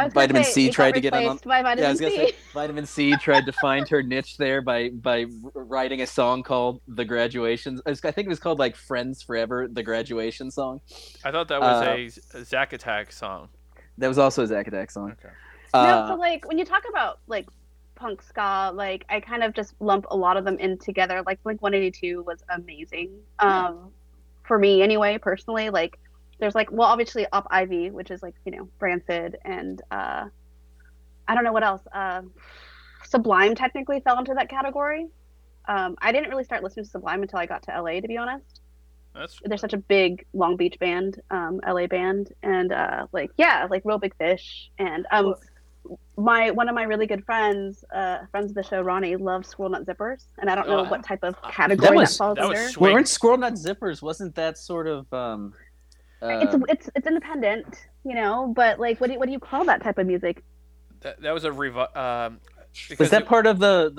I was gonna vitamin say, C it tried got to get on. replaced By vitamin Yeah, I was gonna C. say vitamin C tried to find her niche there by by writing a song called "The Graduations." I was- I think it was called like "Friends Forever," the graduation song. I thought that was uh, a, Z- a Zack Attack song. That was also a Zack Attack song. Okay. no, Uh, so like when you talk about like punk ska, like I kind of just lump a lot of them in together. Like Blink 182 was amazing. Um, for me anyway, personally, like there's like well obviously Op Ivy, which is like you know Rancid and uh, I don't know what else. Uh, Sublime technically fell into that category. Um, I didn't really start listening to Sublime until I got to LA, to be honest That's they're such a big Long Beach band, um, LA band, and uh, like yeah, like real big fish. And um, my one of my really good friends, uh, friends of the show, Ronnie, loves Squirrel Nut Zippers, and I don't know Oh, what type of uh, category that, was- falls that was under. sw- weren't Wait. Squirrel Nut Zippers? Wasn't that sort of? Um, uh, it's it's it's independent, you know, but like what do you, what do you call that type of music? that, that was a revi- um, because Was that it- part of the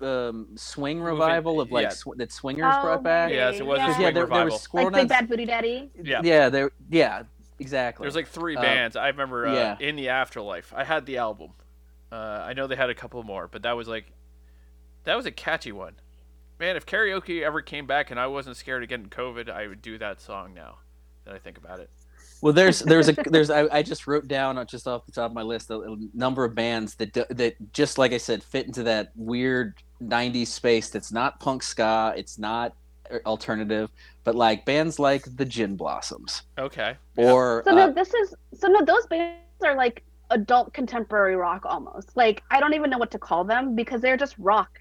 the um, swing Moving- revival of like yeah. sw- that swingers Oh, brought back? maybe. Yes, it was a Yeah. Because, swing yeah, there, there revival. was squirrel Like Big nuts. Bad Booty Daddy. Yeah. Yeah, there. Yeah, exactly. There's like three Uh, bands. I remember uh, yeah. in the afterlife. I had the album. Uh, I know they had a couple more, but that was like that was a catchy one. Man, if karaoke ever came back and I wasn't scared of getting COVID, I would do that song now. That I think about it. well, there's there's a there's I, I just wrote down uh, just off the top of my list a, a number of bands that do, that just like I said fit into that weird '90s space that's not punk ska, it's not uh, alternative, but like bands like the Gin Blossoms Okay. or So no, uh, this is so no. Those bands are like adult contemporary rock almost. Like I don't even know what to call them because they're just rock.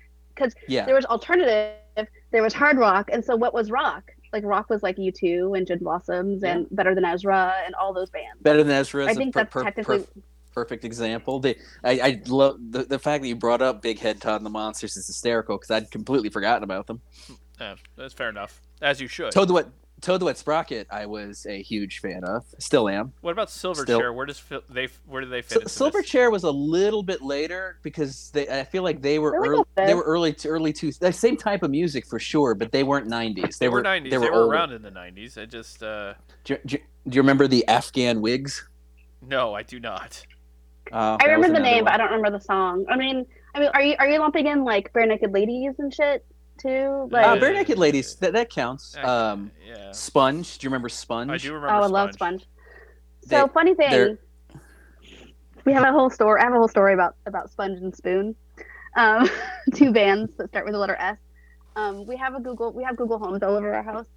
yeah, there was alternative, there was hard rock, and so what was rock? Like rock was like U two and Gin Blossoms and Better Than Ezra and all those bands. better than Ezra. I is a think per- that's per- technically perf- perfect example. The, I, I love the, the fact that you brought up Big Head Todd and the Monsters is hysterical because I'd completely forgotten about them. Yeah, that's fair enough. As you should. Toad the Wet, Toad the Wet Sprocket, I was a huge fan of, still am. What about Silverchair? Still- Where does Phil- they where do they fit? So, into this? Silverchair was a little bit later because they, I feel like they were They're like early, a they were early to early two the same type of music for sure, but they weren't nineties. They, were nineties. They were, older. around in the nineties. I just uh, Do, do- do you remember the Afghan Wigs? no, I do not. Uh, I that was remember the another name, one. but I don't remember the song. I mean, I mean, are you are you lumping in like bare naked ladies and shit too? Like, Uh, Bare Naked Ladies, that, that counts. Um, yeah, Sponge, do you remember Sponge? I do remember. oh, I Sponge. love Sponge. So They- funny they're- thing, we have a whole story. I have a whole story about about Sponge and Spoon, um, two bands that start with the letter S. Um, we have a Google. We have Google Homes all over our house,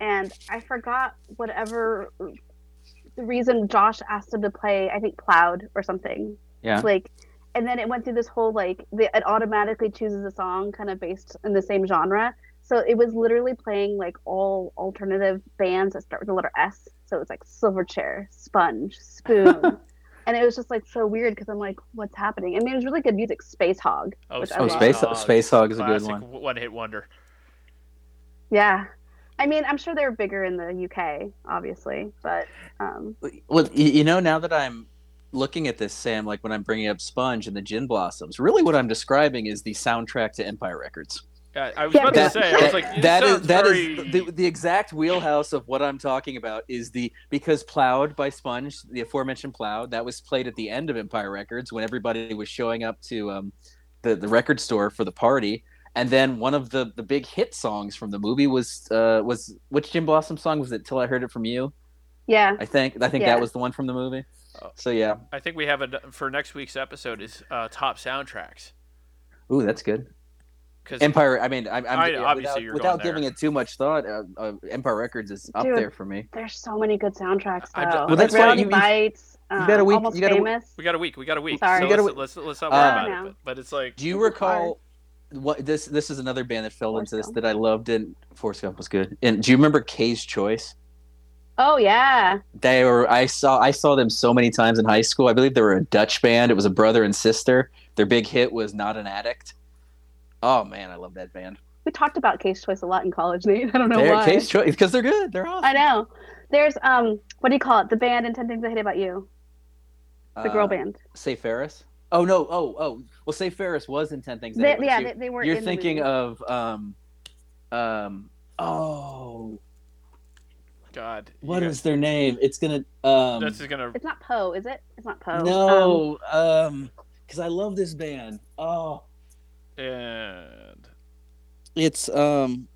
and I forgot whatever the reason Josh asked him to play. I think Cloud or something. Yeah. Like, and then it went through this whole like the, it automatically chooses a song kind of based in the same genre. So it was literally playing like all alternative bands that start with the letter S. So it was like Silverchair, Sponge, Spoon. and it was just like so weird because I'm like, what's happening? I mean, it was really good music. Space Hog. Oh, which I Oh, love. Space Hog. Space Hog is a good Classic one. one hit wonder. Yeah. I mean, I'm sure they're bigger in the UK, obviously, but um, Well, y- you know, now that I'm looking at this, Sam, like when I'm bringing up Sponge and the Gin Blossoms, really what I'm describing is the soundtrack to Empire Records. Yeah, I was Yeah, about but- to say, I was like, it that is sounds that very... is the, the exact wheelhouse of what I'm talking about is the because Plowed by Sponge, the aforementioned Plowed, that was played at the end of Empire Records when everybody was showing up to um, the the record store for the party. And then one of the, the big hit songs from the movie was uh, was which Jim Blossom song was it? Till I heard it from you, yeah, I think. I think Yeah. that was the one from the movie. Oh. So yeah, I think we have a for next week's episode is uh, top soundtracks Ooh, that's good. because Empire. I mean, I'm, I'm I- yeah, obviously without, you're without going giving there. it too much thought. Uh, uh, Empire Records is up Dude. there for me. there's so many good soundtracks. Though. I'm ju- Well, Like that's why Reality you- you- Bites, you um, got a week- Almost you got a week- Famous. we got a week, we got a week. Sorry. so You got a let's, week. let's let's not Uh, worry about now. it. But, but it's like Do you This is recall what this? This is another band that fell into this Forrest that I loved, and Forrest Gump was good. And do you remember K's Choice? Oh yeah, They were. I saw. I saw them so many times in high school. I believe they were a Dutch band. It was a brother and sister. Their big hit was "Not an Addict." Oh man, I love that band. we talked about Case Choice a lot in college. Nate. I don't know They're why. K's Choice because they're good. They're awesome. I know. There's um, what do you call it? The band and Ten Things I Hate About You, the girl Uh, band. Say Ferris. Oh no. Oh oh. Well, Say Ferris was in Ten Things. I Hate They, About yeah, You. they, they were. You're in thinking the movie. of um, um. Oh, God. you what is guys- their name? It's gonna um. this is gonna It's not Poe, is it? It's not Poe. Um, No, um, because I love this band. Oh, and it's um,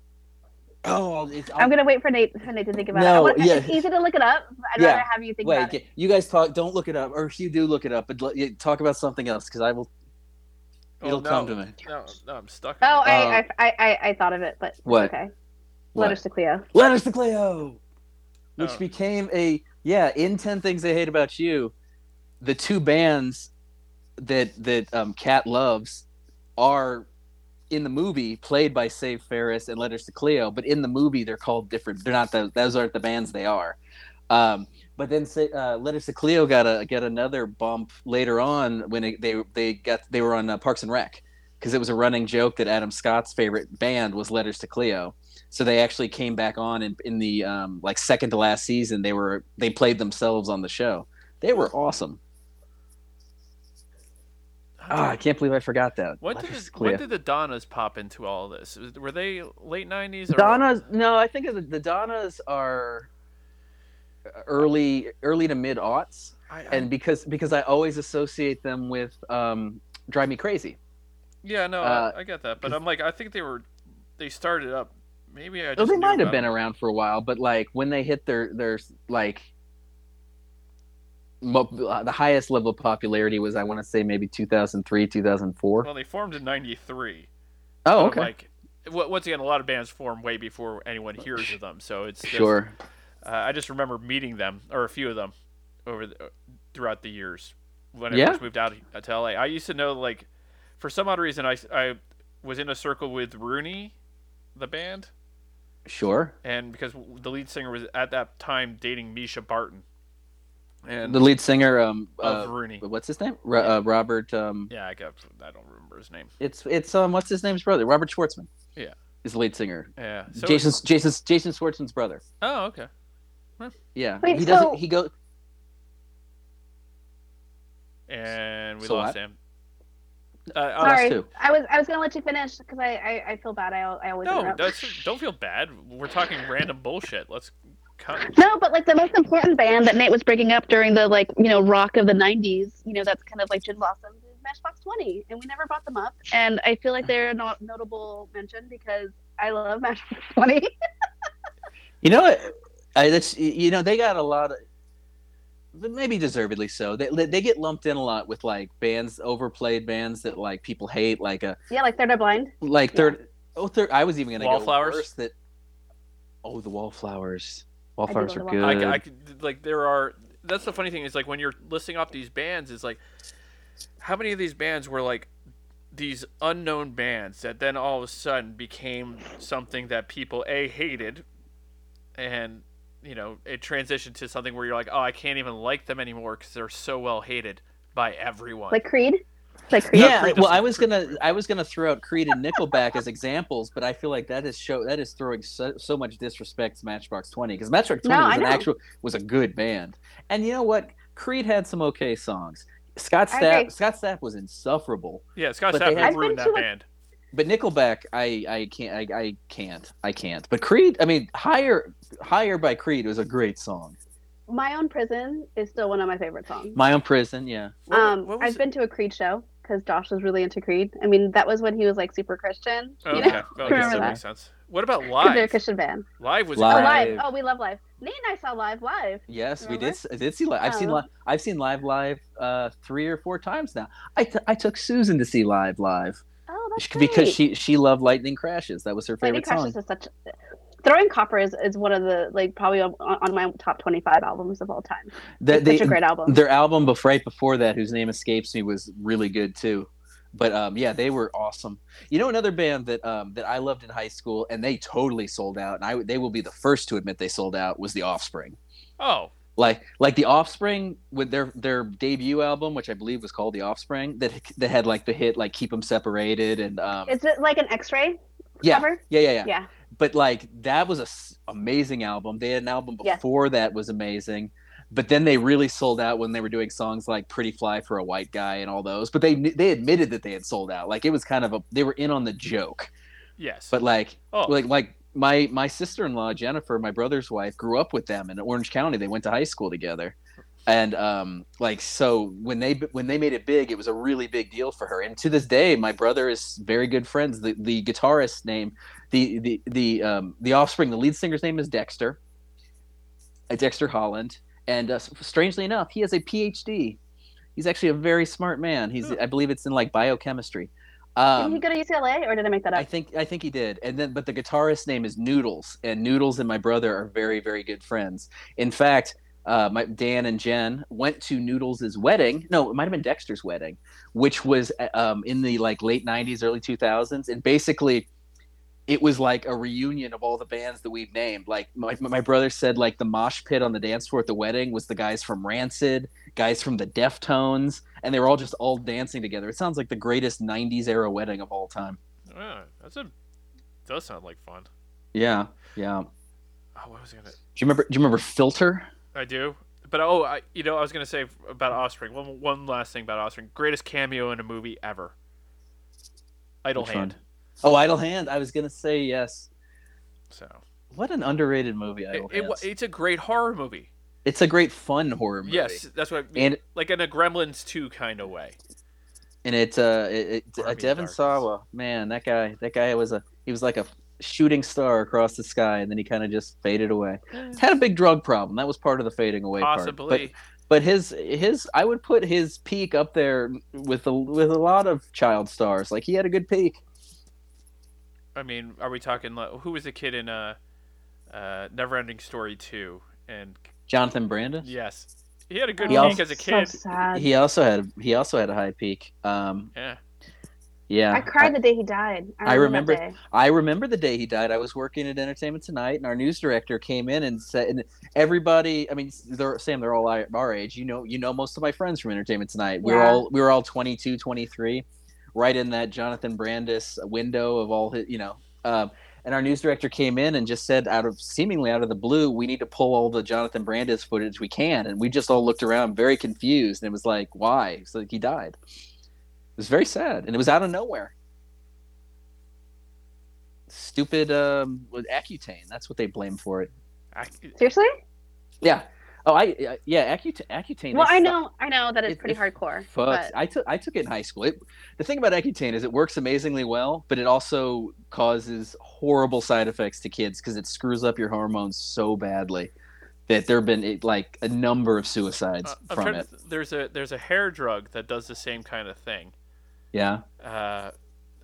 oh, it's, I'm gonna wait for Nate for Nate to think about it. I No, wanna- yeah. It's easy to look it up. but I'd Yeah. rather have you think wait. about it. okay, You guys talk. Don't look it up, or if you do look it up, but let, you, talk about something else because I will. oh, it'll no, come to me. No, no, I'm stuck. Oh, on it. I, Um, I, I, I thought of it, but it's What? okay. What? Letters to Cleo. Letters to Cleo, which Oh. became a yeah in Ten Things I Hate About You, the two bands that that um Cat loves are in the movie played by Save Ferris and Letters to Cleo, but in the movie they're called different. They're not those. Those aren't the bands they are. Um, but then Sa- uh, Letters to Cleo got a got another bump later on when it, they they got they were on uh, Parks and Rec because it was a running joke that Adam Scott's favorite band was Letters to Cleo. So they actually came back on in, in the um, like second to last season. They were they played themselves on the show. They were awesome. Ah, I can't believe I forgot that. When did, Letters this, to Cleo. when did the Donnas pop into all this? Was- Were they late 90s? Or Donna's no, I think the, the Donnas are early early to mid aughts, I, I- and because because I always associate them with um, Drive Me Crazy. yeah, no, uh, I, I get that. But 'cause- I'm like, I think they were, they started up. Maybe I just. Oh, they knew might have about been it. around for a while, but like when they hit their their like mo- uh, the highest level of popularity was I want to say maybe 2003 2004. Well, they formed in 93. oh, So, okay. Like, w- once again, a lot of bands form way before anyone hears of them. So it's just- sure. Uh, I just remember meeting them or a few of them over the, uh, throughout the years when I Yeah. first moved out to LA. I used to know like for some odd reason I I was in a circle with Rooney, the band, Sure. and because the lead singer was at that time dating Misha Barton, and The lead singer um of uh, Rooney. what's his name? Ro- uh, Robert um Yeah, I got I don't remember his name. It's it's um what's his name's brother? Robert Schwartzman. Yeah. Is the lead singer. Yeah. So Jason's Jason's Jason Schwartzman's brother. Oh, okay. Yeah. Wait, he doesn't so- he go And we So lost what? him. Uh, uh, us Sorry, too. I was, I was gonna let you finish because I, I, I feel bad. I, al- I always no, interrupt. that's, don't feel bad. We're talking random bullshit. Let's cut. No, but like the most important band that Nate was bringing up during the like you know rock of the '90s, you know that's kind of like Gin Blossoms is Matchbox Twenty, and we never brought them up. And I feel like they're a not notable mention because I love Matchbox Twenty. You know what? I, that's you know they got a lot of but maybe deservedly so. They they get lumped in a lot with like bands overplayed bands that like people hate like a yeah, like Third Eye Blind. like third oh third I was even going to go Wallflowers? worse that Oh, the wallflowers. do Wallflowers are love the good. I, c- I c- like there are. That's the funny thing is like when you're listing off these bands is like, how many of these bands were like these unknown bands that then all of a sudden became something that people a hated and you know it transitioned to something where you're like oh i can't even like them anymore because they're so well hated by everyone Like Creed? Like Creed? Yeah, Creed well, doesn't- I was gonna I was gonna throw out Creed and Nickelback as examples, but I feel like that is show that is throwing so, so much disrespect to Matchbox Twenty because Matchbox No, Twenty I was an know. actual was a good band, and you know what? Creed had some okay songs. Scott I agree. Stapp Scott Stapp was insufferable, yeah scott But they stapp had- ruined that I've been to, like- band but Nickelback I I can't I, I can't I can't. But Creed I mean higher higher by Creed was a great song. My Own Prison is still one of my favorite songs. My Own Prison, yeah. What- um, what was I've been to a Creed show because Josh was really into Creed. I mean, that was when he was like super Christian. Oh, okay You know? well, I guess Remember that, that. makes sense what about 'Cause they're a live Christian band. live was Oh, Live. great. live. Oh, we love live. Nate and I saw live live. Yes, we Remember? did. I did see live. I've seen Oh. live. I've seen live live uh, three or four times now. I, t- I took Susan to see live live Oh, that's She- because right. she she loved Lightning Crashes. That was her Lightning favorite Crashes song. is such. Throwing Copper is, is one of the like probably on, on my top twenty five albums of all time. That It's they, such a great album. their album before right before that, whose name escapes me, was really good too. But um, yeah, they were awesome. You know, another band that um, that I loved in high school, and they totally sold out. And I they will be the first to admit they sold out was the Offspring. oh like like the offspring with their their debut album which i believe was called the offspring that that had like the hit like keep them separated and um Is it like an X ray yeah, cover? yeah yeah yeah Yeah. but like that was a s- amazing album they had an album Yes. before that was amazing but then they really sold out when they were doing songs like pretty fly for a white guy and all those but they kn- they admitted that they had sold out like it was kind of a they were in on the joke yes but like oh like like my my sister-in-law jennifer my brother's wife grew up with them in orange county they went to high school together and um like so when they when they made it big it was a really big deal for her and to this day my brother is very good friends the the guitarist name the the the um the offspring the lead singer's name is dexter uh, dexter holland and uh, strangely enough he has a phd he's actually a very smart man he's Huh. i believe it's in like biochemistry did um, he go to UCLA or did I make that up? I think I think he did. And then but the guitarist's name is Noodles, and Noodles and my brother are very, very good friends. In fact, uh, my Dan and Jen went to Noodles' wedding. No, it might have been Dexter's wedding, which was uh, um, in the like late '90s, early 2000s, and basically, it was like a reunion of all the bands that we've named. Like my, my brother said, like the mosh pit on the dance floor at the wedding was the guys from Rancid, guys from the Deftones, and they were all just all dancing together. It sounds like the greatest '90s era wedding of all time. yeah, that's a does sound like fun Yeah, yeah. oh what was i gonna Do you remember? Do you remember Filter? I do. But oh, I, you know, I was gonna say about Offspring. One, one last thing about Offspring. Greatest cameo in a movie ever. Idle Which one? Hand. Oh, Idle Hand. I was gonna say yes. So What an underrated movie, it, Idle it, Hand. wa- it's a great horror movie. it's a great fun horror movie. Yes, that's what. I mean. and like in a Gremlins two kind of way. and it's uh, it, it, Army uh of Devin Darkness. Sawa. Man, that guy. That guy was a. He was like a shooting star across the sky, and then he kind of just faded away. Had a big drug problem. That was part of the fading away part. But- Possibly. but his his I would put his peak up there with a, with a lot of child stars. Like he had a good peak. I mean, are we talking? Like, who was the kid in uh, uh, Neverending Story two? And Jonathan Brandon. yes, he had a good He peak also- as a kid. So sad. He also had he also had a high peak. Um, yeah. yeah, I cried the day he died. I remember. remember- that day. I remember the day he died. I was working at Entertainment Tonight, and our news director came in and said, and "Everybody, I mean, they're Sam, they're all our our age. You know, you know most of my friends from Entertainment Tonight. We were Yeah. all we were all 22, 23, right in that Jonathan Brandis window of all his, you know." Um, and our news director came in and just said, out of seemingly out of the blue, we need to pull all the Jonathan Brandis footage we can. And we just all looked around, very confused, and it was like, "Why?" It's like he died. It was very sad, and it was out of nowhere stupid um with Accutane. That's what they blame for it. I, Seriously? Yeah. Oh, I I- yeah, Accutane. Accutane. Well, they I suck. know, I know that it's It- pretty it hardcore. Fucks. But I took I took it in high school. It, the thing about Accutane is it works amazingly well, but it also causes horrible side effects to kids because it screws up your hormones so badly that there have been it, like a number of suicides uh, I'm from trying it. to, there's a there's a hair drug that does the same kind of thing. yeah. uh,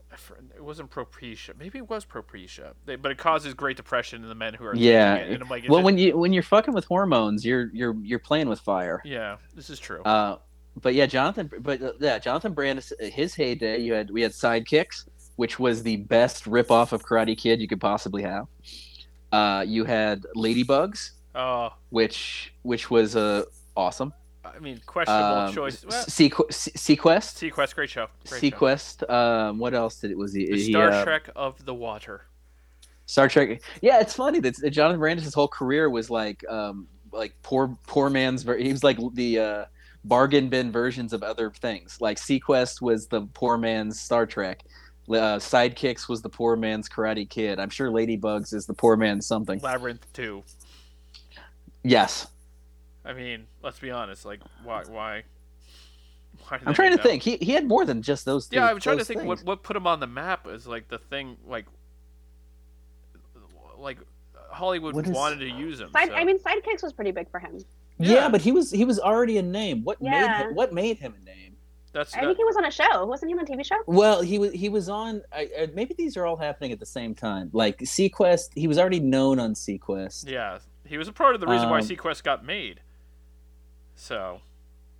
I fr- it wasn't Propecia. Maybe it was Propecia. They, but it causes great depression in the men who are taking Yeah. It. And I'm like, is Well, it- when you when you're fucking with hormones, you're you're you're playing with fire. yeah, this is true. Uh, but yeah, Jonathan. But uh, yeah, Jonathan Brandis. His heyday, you had we had Sidekicks, which was the best ripoff of Karate Kid you could possibly have. Uh, you had Ladybugs, Oh, which which was uh, awesome. I mean, questionable Um, choice. Well, Sequ- Se- Sequest. Sequest, great show. Great show. Sequest. Um, what else did it was he? The he, Star uh, Trek of the water. Star Trek. Yeah, it's funny that that Jonathan Brandis' whole career was like, um, like poor poor man's. Ver- he was like the uh, bargain bin versions of other things. Like Sequest was the poor man's Star Trek. Uh, Sidekicks was the poor man's Karate Kid. I'm sure Ladybugs is the poor man's something. Labyrinth two. Yes, I mean, let's be honest. Like, why? Why? why did they I'm trying do to that? think. He he had more than just those. Yeah, those- I'm trying to those think things. what what put him on the map is like the thing like like Hollywood What is- wanted to use him. Side, so- I mean, Sidekicks was pretty big for him. Yeah. Yeah. but he was he was already a name. What Yeah. made him, what made him a name? that's I that- think he was on a show. Wasn't he on a TV show? Well, he was he was on. I, I, maybe these are all happening at the same time. Like Sequest, he was already known on Sequest. yeah. He was a part of the reason why Um, Sequest got made. So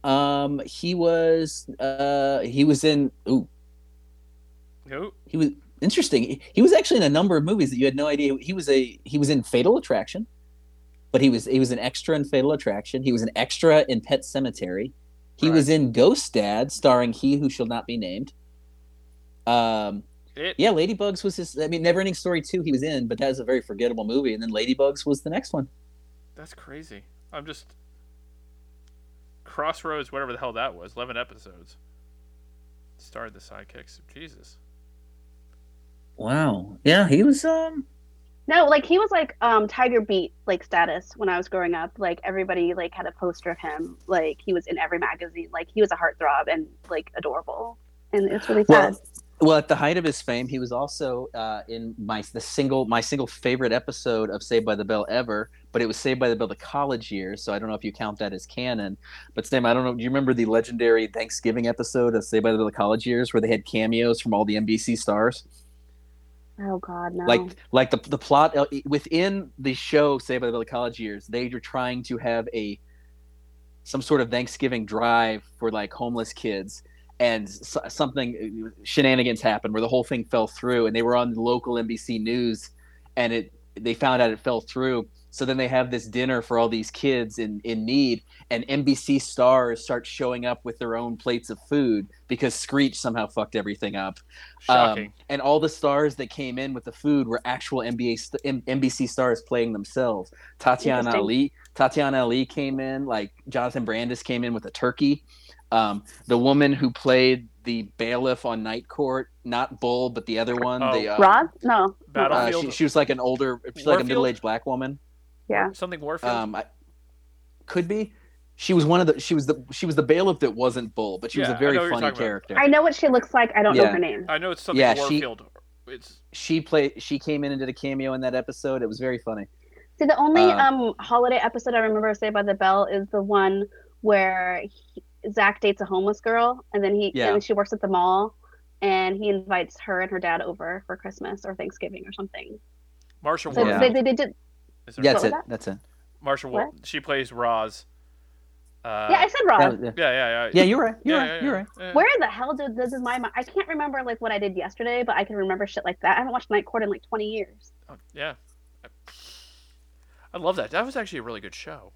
Um, he was uh he was in. Ooh, who? he was interesting. He, he was actually in a number of movies that you had no idea. He was a he was in Fatal Attraction, but he was he was an extra in Fatal Attraction. He was an extra in Pet Cemetery. He Right. was in Ghost Dad, starring He Who Shall Not Be Named. Um, It Yeah, Ladybugs was his. I mean, Neverending Story two he was in, but that was a very forgettable movie. And then Ladybugs was the next one. that's crazy. I'm just Crossroads, whatever the hell that was, eleven episodes. Starred the sidekicks. Jesus. Wow. Yeah, he was. Um. No, like he was like um Tiger Beat like status when I was growing up. Like everybody like had a poster of him. Like he was in every magazine. Like he was a heartthrob and like adorable. And it's really sad. Well, well, at the height of his fame, he was also uh, in my the single my single favorite episode of Saved by the Bell ever. But it was Saved by the Bell the college years, so I don't know if you count that as canon. But Sam, I don't know. Do you remember the legendary Thanksgiving episode of Saved by the Bell the college years where they had cameos from all the NBC stars? oh God, no. like like the the plot uh, within the show Saved by the Bell College Years, they were trying to have a some sort of Thanksgiving drive for like homeless kids, and so, something uh, shenanigans happened where the whole thing fell through, and they were on the local NBC news, and it they found out it fell through. So then they have this dinner for all these kids in, in need, and NBC stars start showing up with their own plates of food because Screech somehow fucked everything up. Shocking. Um, and all the stars that came in with the food were actual NBA st- M- NBC stars playing themselves. Tatiana Interesting. Ali, Tatiana Ali came in. Like Jonathan Brandis came in with a turkey. Um, the woman who played the bailiff on Night Court, not Bull, but the other one, the Oh. uh, Rod? No. Battle- uh, Warfield? she, she was like an older, she's like a Warfield? middle-aged black woman. Something Warfield. Um, I, could be. She was one of the. She was the. She was the bailiff that wasn't Bull, but she Yeah, was I a very know what you're funny talking about. character. I know what she looks like. I don't know Yeah. her name. I know it's something yeah, she- Warfield. It's She played. She came in and did a cameo in that episode. It was very funny. See, the only Uh, um holiday episode I remember of Saved by the Bell is the one where he, Zach dates a homeless girl, and then he Yeah. and she works at the mall, and he invites her and her dad over for Christmas or Thanksgiving or something. Marshall So Warfield. they, they, they did. Is her Yeah, name? that's What it. was That's it. Marshall Wa- She plays Roz. Uh, yeah, I said Rob. That was- yeah, yeah. yeah, yeah. Yeah, you're right. You're Yeah, right. yeah, You're yeah. right. Yeah. Where the hell did this is my mi- I can't remember like what I did yesterday, but I can remember shit like that. I haven't watched Night Court in like twenty years. Oh, yeah. I love that. That was actually a really good show.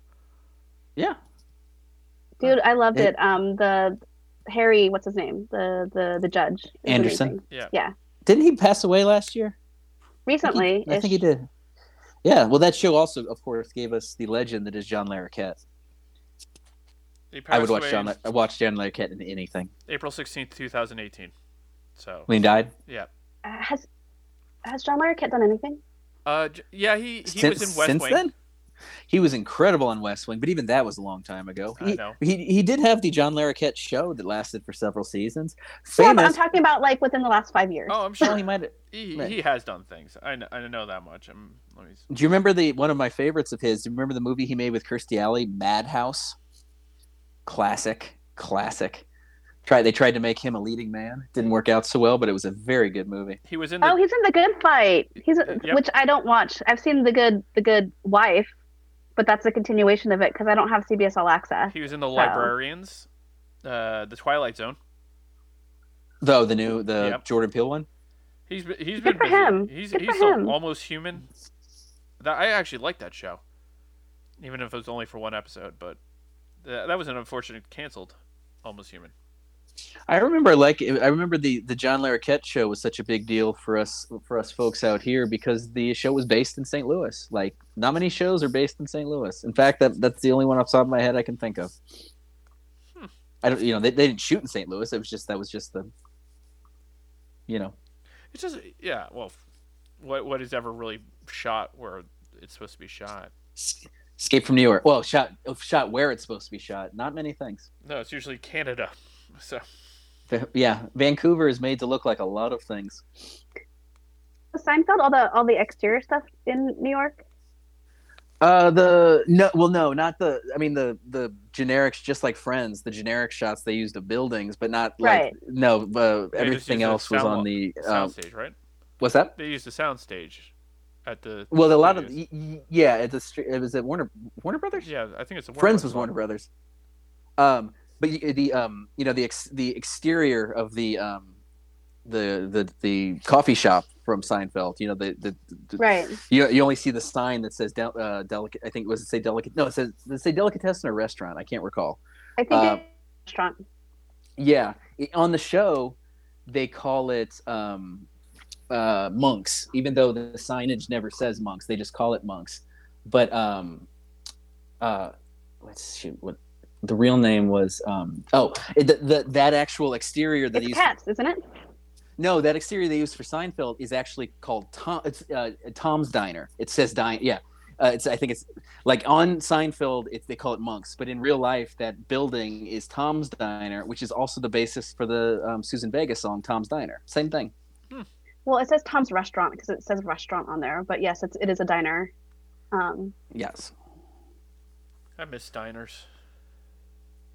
Yeah. Dude, I loved It- it. Um, the Harry, what's his name? The the the judge. He was Anderson? amazing. Yeah. Didn't he pass away last year? I think he- Recently, I think he did. Yeah. Well, that show also, of course, gave us the legend that is John Larroquette. He passed I would watch away John. I watched John Larroquette in anything. April 16th, 2018. So, When he died. yeah. Uh, has has John Larroquette done anything? Uh, j- yeah, he, he since was in West since Wing. then, he was incredible on West Wing. But even that was a long time ago. I He, know. he he did have the John Larroquette show that lasted for several seasons. Yeah, but I'm Famous. talking about like within the last five years. Oh, I'm well, sure he might. he, Right. he has done things. I know, I know that much. i let me. s- Do you remember the one of my favorites of his? Do you remember the movie he made with Kirstie Alley, Madhouse? Classic, classic. Try they tried to make him a leading man. Didn't work out so well, but it was a very good movie. He was in the. Oh, he's in the Good Fight. He's Yep. which I don't watch. I've seen the Good the Good Wife, but that's a continuation of it because I don't have CBS All Access. he was in the Librarians. uh, the Twilight Zone. Though the new the Yep. Jordan Peele one. He's been, he's been Good for busy. him. He's Good he's for still him. almost human. That I actually like that show, even if it was only for one episode. But th- that was an unfortunate canceled. Almost human. I remember like I remember the the John Larroquette show was such a big deal for us for us folks out here because the show was based in St. Louis. Like not many shows are based in St. Louis. In fact, that that's the only one off the top of my head I can think of. Hmm. I don't you know they, they didn't shoot in St. Louis. It was just that was just the you know It's just yeah. Well, f- what what is ever really shot where it's supposed to be shot? S- Escape from New York. Well, shot shot where it's supposed to be shot. Not many things. No, it's usually Canada. So The- yeah, Vancouver is made to look like a lot of things. Was Seinfeld all the all the exterior stuff in New York? Uh, the no, well, no, not the. I mean, the the generics, just like Friends, the generic shots they used of buildings, but not like Right. no. Uh, They just everything use the else was sound on wa- the. Uh, soundstage, right? what's that? They used the soundstage at the. Well, a lot of studios. y- y- yeah, at the stre- it was at Warner Warner Brothers. Yeah, I think it's a Warner Friends Brothers was one. Warner Brothers. Um, but y- the um, you know, the ex- the exterior of the um, the the the coffee shop from Seinfeld. You know, the the, the Right. You, you only see the sign that says del- uh, delicate. I think was it say delicate? No, it says does it say delicatessen or restaurant. I can't recall. I think Uh, it's a restaurant. Yeah, i- on the show, they call it um, uh, monks, even though the signage never says monks. They just call it monks. But um, uh, let's shoot. What the real name was? Um, oh, it, the, the, that actual exterior that It's he's cats, isn't it? no, that exterior they use for Seinfeld is actually called Tom. It's uh, Tom's Diner. It says dine. Yeah, uh, it's. I think it's like on Seinfeld. It, they call it Monks, but in real life, that building is Tom's Diner, which is also the basis for the um, Susan Vega song "Tom's Diner." Same thing. Well, it says Tom's Restaurant because it says restaurant on there. But yes, it's it is a diner. Um, Yes. I miss diners.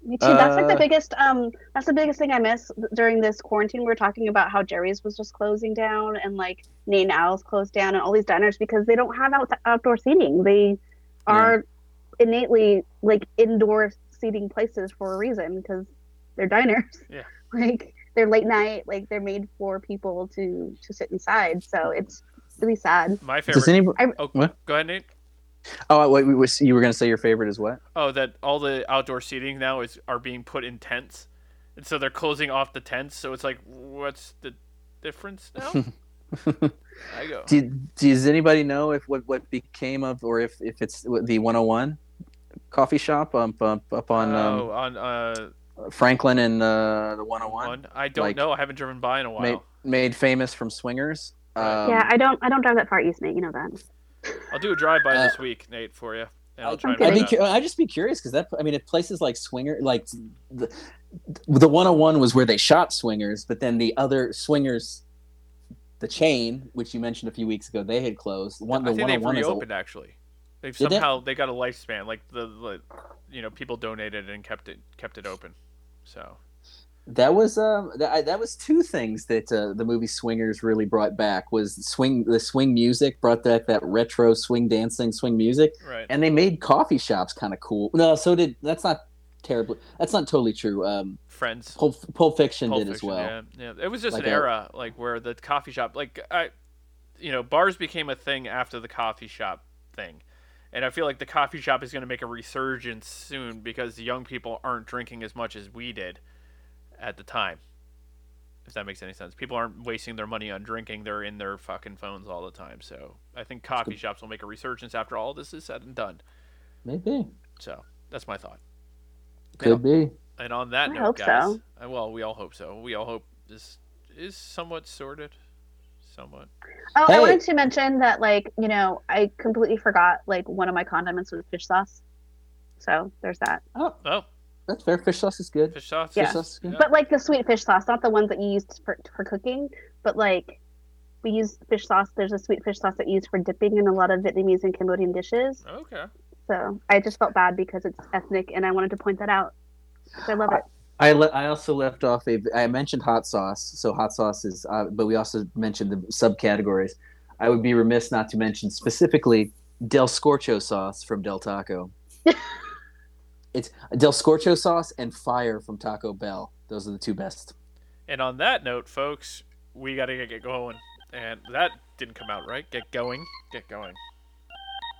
me too. that's like the Uh, biggest. Um, that's the biggest thing I miss during this quarantine. We were talking about how Jerry's was just closing down and like Nate Owl's closed down and all these diners because they don't have out- outdoor seating. They are innately like indoor seating places for a reason because they're diners. Yeah. Like they're late night. Like they're made for people to to sit inside. So it's really sad. My favorite. Does anybody? Oh, What? go ahead, Nate. Oh, wait. We, we, you were gonna say your favorite is what? Oh, that all the outdoor seating now is are being put in tents, and so they're closing off the tents. So it's like, what's the difference now? I go. Did, does anybody know if what, what became of or if, if it's the 101 coffee shop up up, up on oh, on uh, um, Franklin and uh, the 101? one. I don't like, know. I haven't driven by in a while. made, made famous from swingers. Right. Um, yeah, I don't. I don't drive that far east, Nate. You know that. I'll do a drive by Uh, this week, Nate, for you, and I'll I'd try and be find I'd, be out. cu- I'd just be curious because that I mean, if places like Swinger, like the the one on one was where they shot Swingers, but then the other Swingers, the chain which you mentioned a few weeks ago, they had closed. One I the think one on they've one is a- reopened actually. They've Did they? somehow they got a lifespan. Like the, the you know people donated and kept it kept it open. So that was um that, I, that was two things that uh, the movie Swingers really brought back was swing the swing music brought back that retro swing dancing swing music right. and they made coffee shops kind of cool. No, so did that's not terribly that's not totally true. Um, Friends. Pulp, Pulp Fiction Pulp did Fiction, as well. Yeah, yeah. It was just Like an a- era like where the coffee shop, like I, you know, bars became a thing after the coffee shop thing, and I feel like the coffee shop is going to make a resurgence soon because the young people aren't drinking as much as we did at the time. If that makes any sense, people aren't wasting their money on drinking; they're in their fucking phones all the time. So I think coffee shops will make a resurgence after all this is said and done. Maybe So that's my thought. could be. And on that I note, hope guys, so. uh, well, we all hope so. We all hope this is somewhat sorted, somewhat. Oh, Hey. I wanted to mention that, like, you know, I completely forgot, like, one of my condiments was fish sauce. So there's that. Oh, Oh, that's fair. Fish sauce is good. fish sauce. Yeah. Fish sauce is good. Yeah. But, like, the sweet fish sauce, not the ones that you use for, for cooking, but, like, we use fish sauce. There's a sweet fish sauce that you use for dipping in a lot of Vietnamese and Cambodian dishes. Okay. So I just felt bad because it's ethnic and I wanted to point that out. 'Cause I love it. I le- I also left off a. I mentioned hot sauce, so hot sauce is. Uh, but we also mentioned the subcategories. I would be remiss not to mention specifically Del Scorcho sauce from Del Taco. It's Del Scorcho sauce and fire from Taco Bell. Those are the two best. And on that note, folks, we got to get going. And that didn't come out right. Get going. Get going.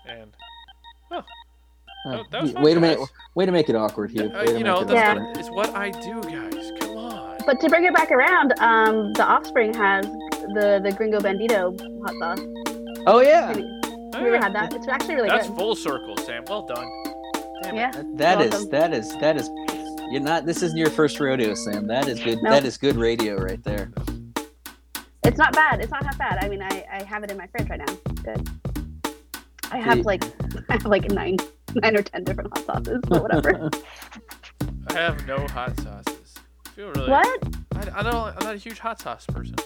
And, well, Uh, Oh, that was fun, way to make guys. way to make it awkward here. uh, Way to you make know, it that's Yeah. awkward. what, it's what I do, guys. Come on. But to bring it back around, um, the Offspring has the the Gringo Bandito hot sauce. Oh yeah, Have you ever had that? It's actually really That's good. full circle, Sam. Well done. Damn it. Yeah. that You're is welcome. that is that is. You're not. This isn't your first rodeo, Sam. That is good. No. That is good radio right there. It's not bad. It's not half bad. I mean, I, I have it in my fridge right now. It's good. I have See- like I have like nine nine or ten different hot sauces, but whatever. I have no hot sauces. I feel really. what? I, I don't. I'm not a huge hot sauce person.